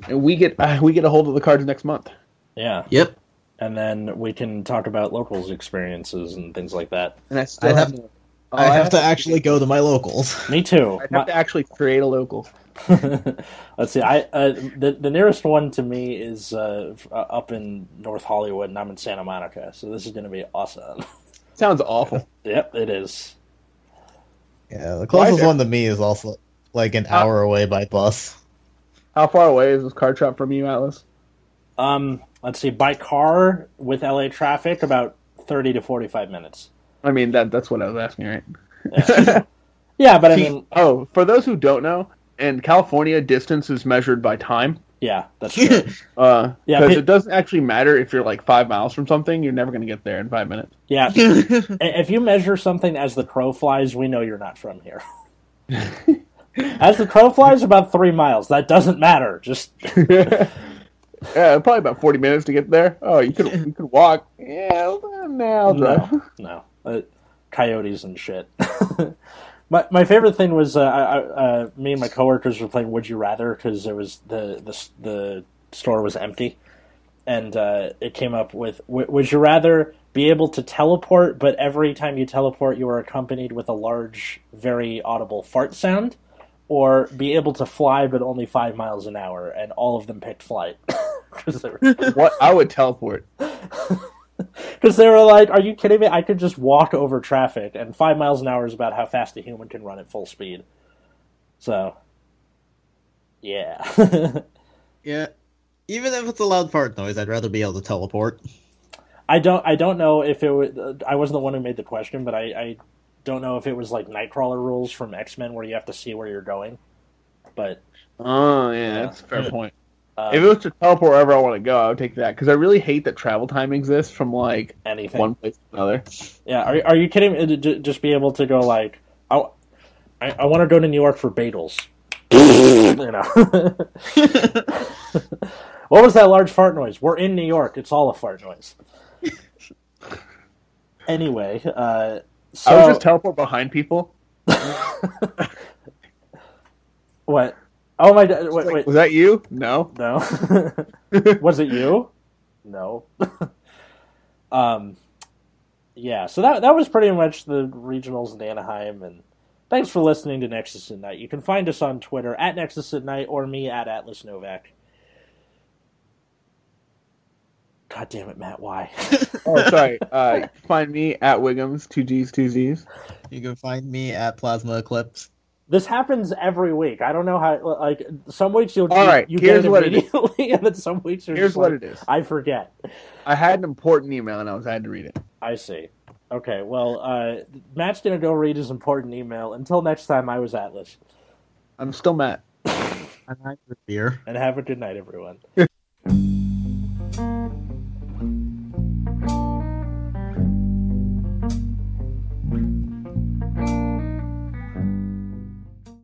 Speaker 2: and we get uh, we get a hold of the cards next month.
Speaker 1: Yeah.
Speaker 3: Yep.
Speaker 1: And then we can talk about locals' experiences and things like that.
Speaker 2: And I still
Speaker 3: I'd
Speaker 2: have,
Speaker 3: have-
Speaker 2: no-
Speaker 3: Oh, I have to
Speaker 2: I'd
Speaker 3: actually go to my locals.
Speaker 1: Me too.
Speaker 2: I'd
Speaker 1: My-
Speaker 2: have to actually create a local.
Speaker 1: Let's see. I uh, the the nearest one to me is uh, f- uh, up in North Hollywood, and I'm in Santa Monica. So this is going to be awesome.
Speaker 2: Sounds awful.
Speaker 1: yep, it is.
Speaker 3: Yeah, the
Speaker 2: Why
Speaker 3: closest
Speaker 2: there-
Speaker 3: one to me is also like an hour away by bus.
Speaker 2: How far away is this card shop from you, Atlas?
Speaker 1: Um, let's see. By car with LA traffic, about thirty to forty-five minutes.
Speaker 2: I mean, that that's what I was asking, right?
Speaker 1: Yeah, but I mean,
Speaker 2: oh, for those who don't know, in California, distance is measured by time.
Speaker 1: yeah, that's true.
Speaker 2: Because uh,
Speaker 1: Yeah,
Speaker 2: 'cause
Speaker 1: pe-
Speaker 2: it doesn't actually matter if you're like five miles from something, you're never going to get there in five minutes.
Speaker 1: Yeah, i-
Speaker 3: yeah,
Speaker 1: if you measure something as the crow flies, we know you're not from here. as the crow flies, about three miles. That doesn't matter. Just
Speaker 2: yeah, probably about 40 minutes to get there. Oh, you could, you could walk. Yeah, now drive.
Speaker 1: No, no, uh, coyotes and shit. my my favorite thing was uh, I, I, uh, me and my coworkers were playing Would You Rather because there was the the s- the store was empty, and uh, it came up with "W- Would you rather be able to teleport, but every time you teleport, you are accompanied with a large, very audible fart sound. Or be able to fly, but only five miles an hour, and all of them picked flight 'Cause they were-
Speaker 2: What I would teleport.
Speaker 1: because they were like, "Are you kidding me? I could just walk over traffic." And five miles an hour is about how fast a human can run at full speed. So, yeah,
Speaker 3: even if it's a loud fart noise, I'd rather be able to teleport.
Speaker 1: I don't, I don't know if it was. I wasn't the one who made the question, but I, I don't know if it was like Nightcrawler rules from X Men where you have to see where you're going. But
Speaker 2: Oh, yeah,
Speaker 1: Yeah.
Speaker 2: that's a fair point.
Speaker 1: Um,
Speaker 2: If it was to teleport wherever I want to go, I would take that because I really hate that travel time exists from like
Speaker 1: anything.
Speaker 2: one place to another.
Speaker 1: Yeah, are are you kidding? me? J- Just be able to go like, I, I, I want to go to New York for bagels. you know, what was that large fart noise? We're in New York. It's all a fart noise. Anyway, uh, so
Speaker 2: I would just teleport behind people.
Speaker 1: what? Oh my! God, Wait,
Speaker 2: Like,
Speaker 1: wait,
Speaker 2: Was that you? No.
Speaker 1: no. was it you? No. um, yeah. So that that was pretty much the regionals in Anaheim. And thanks for listening to Nexus at Night. You can find us on Twitter at Nexus at Night or me at Atlas Novak. God damn it, Matt! Why?
Speaker 2: oh, sorry. Uh, find me at Wiggums, two G's, two Z's.
Speaker 3: You can find me at Plasma Eclipse.
Speaker 1: this happens every week. I don't know how. Like some weeks you'll
Speaker 2: All right,
Speaker 1: you
Speaker 2: here's
Speaker 1: get it
Speaker 2: what it is.
Speaker 1: immediately, and then some weeks you're
Speaker 2: Here's
Speaker 1: just
Speaker 2: what
Speaker 1: like,
Speaker 2: it is.
Speaker 1: I forget.
Speaker 2: I had an important email and I was I had to read it.
Speaker 1: I see. Okay, well, uh, Matt's gonna go read his important email. Until next time, I was Atlas,
Speaker 2: I'm still Matt.
Speaker 3: I'm out of beer.
Speaker 1: and have a good night, everyone.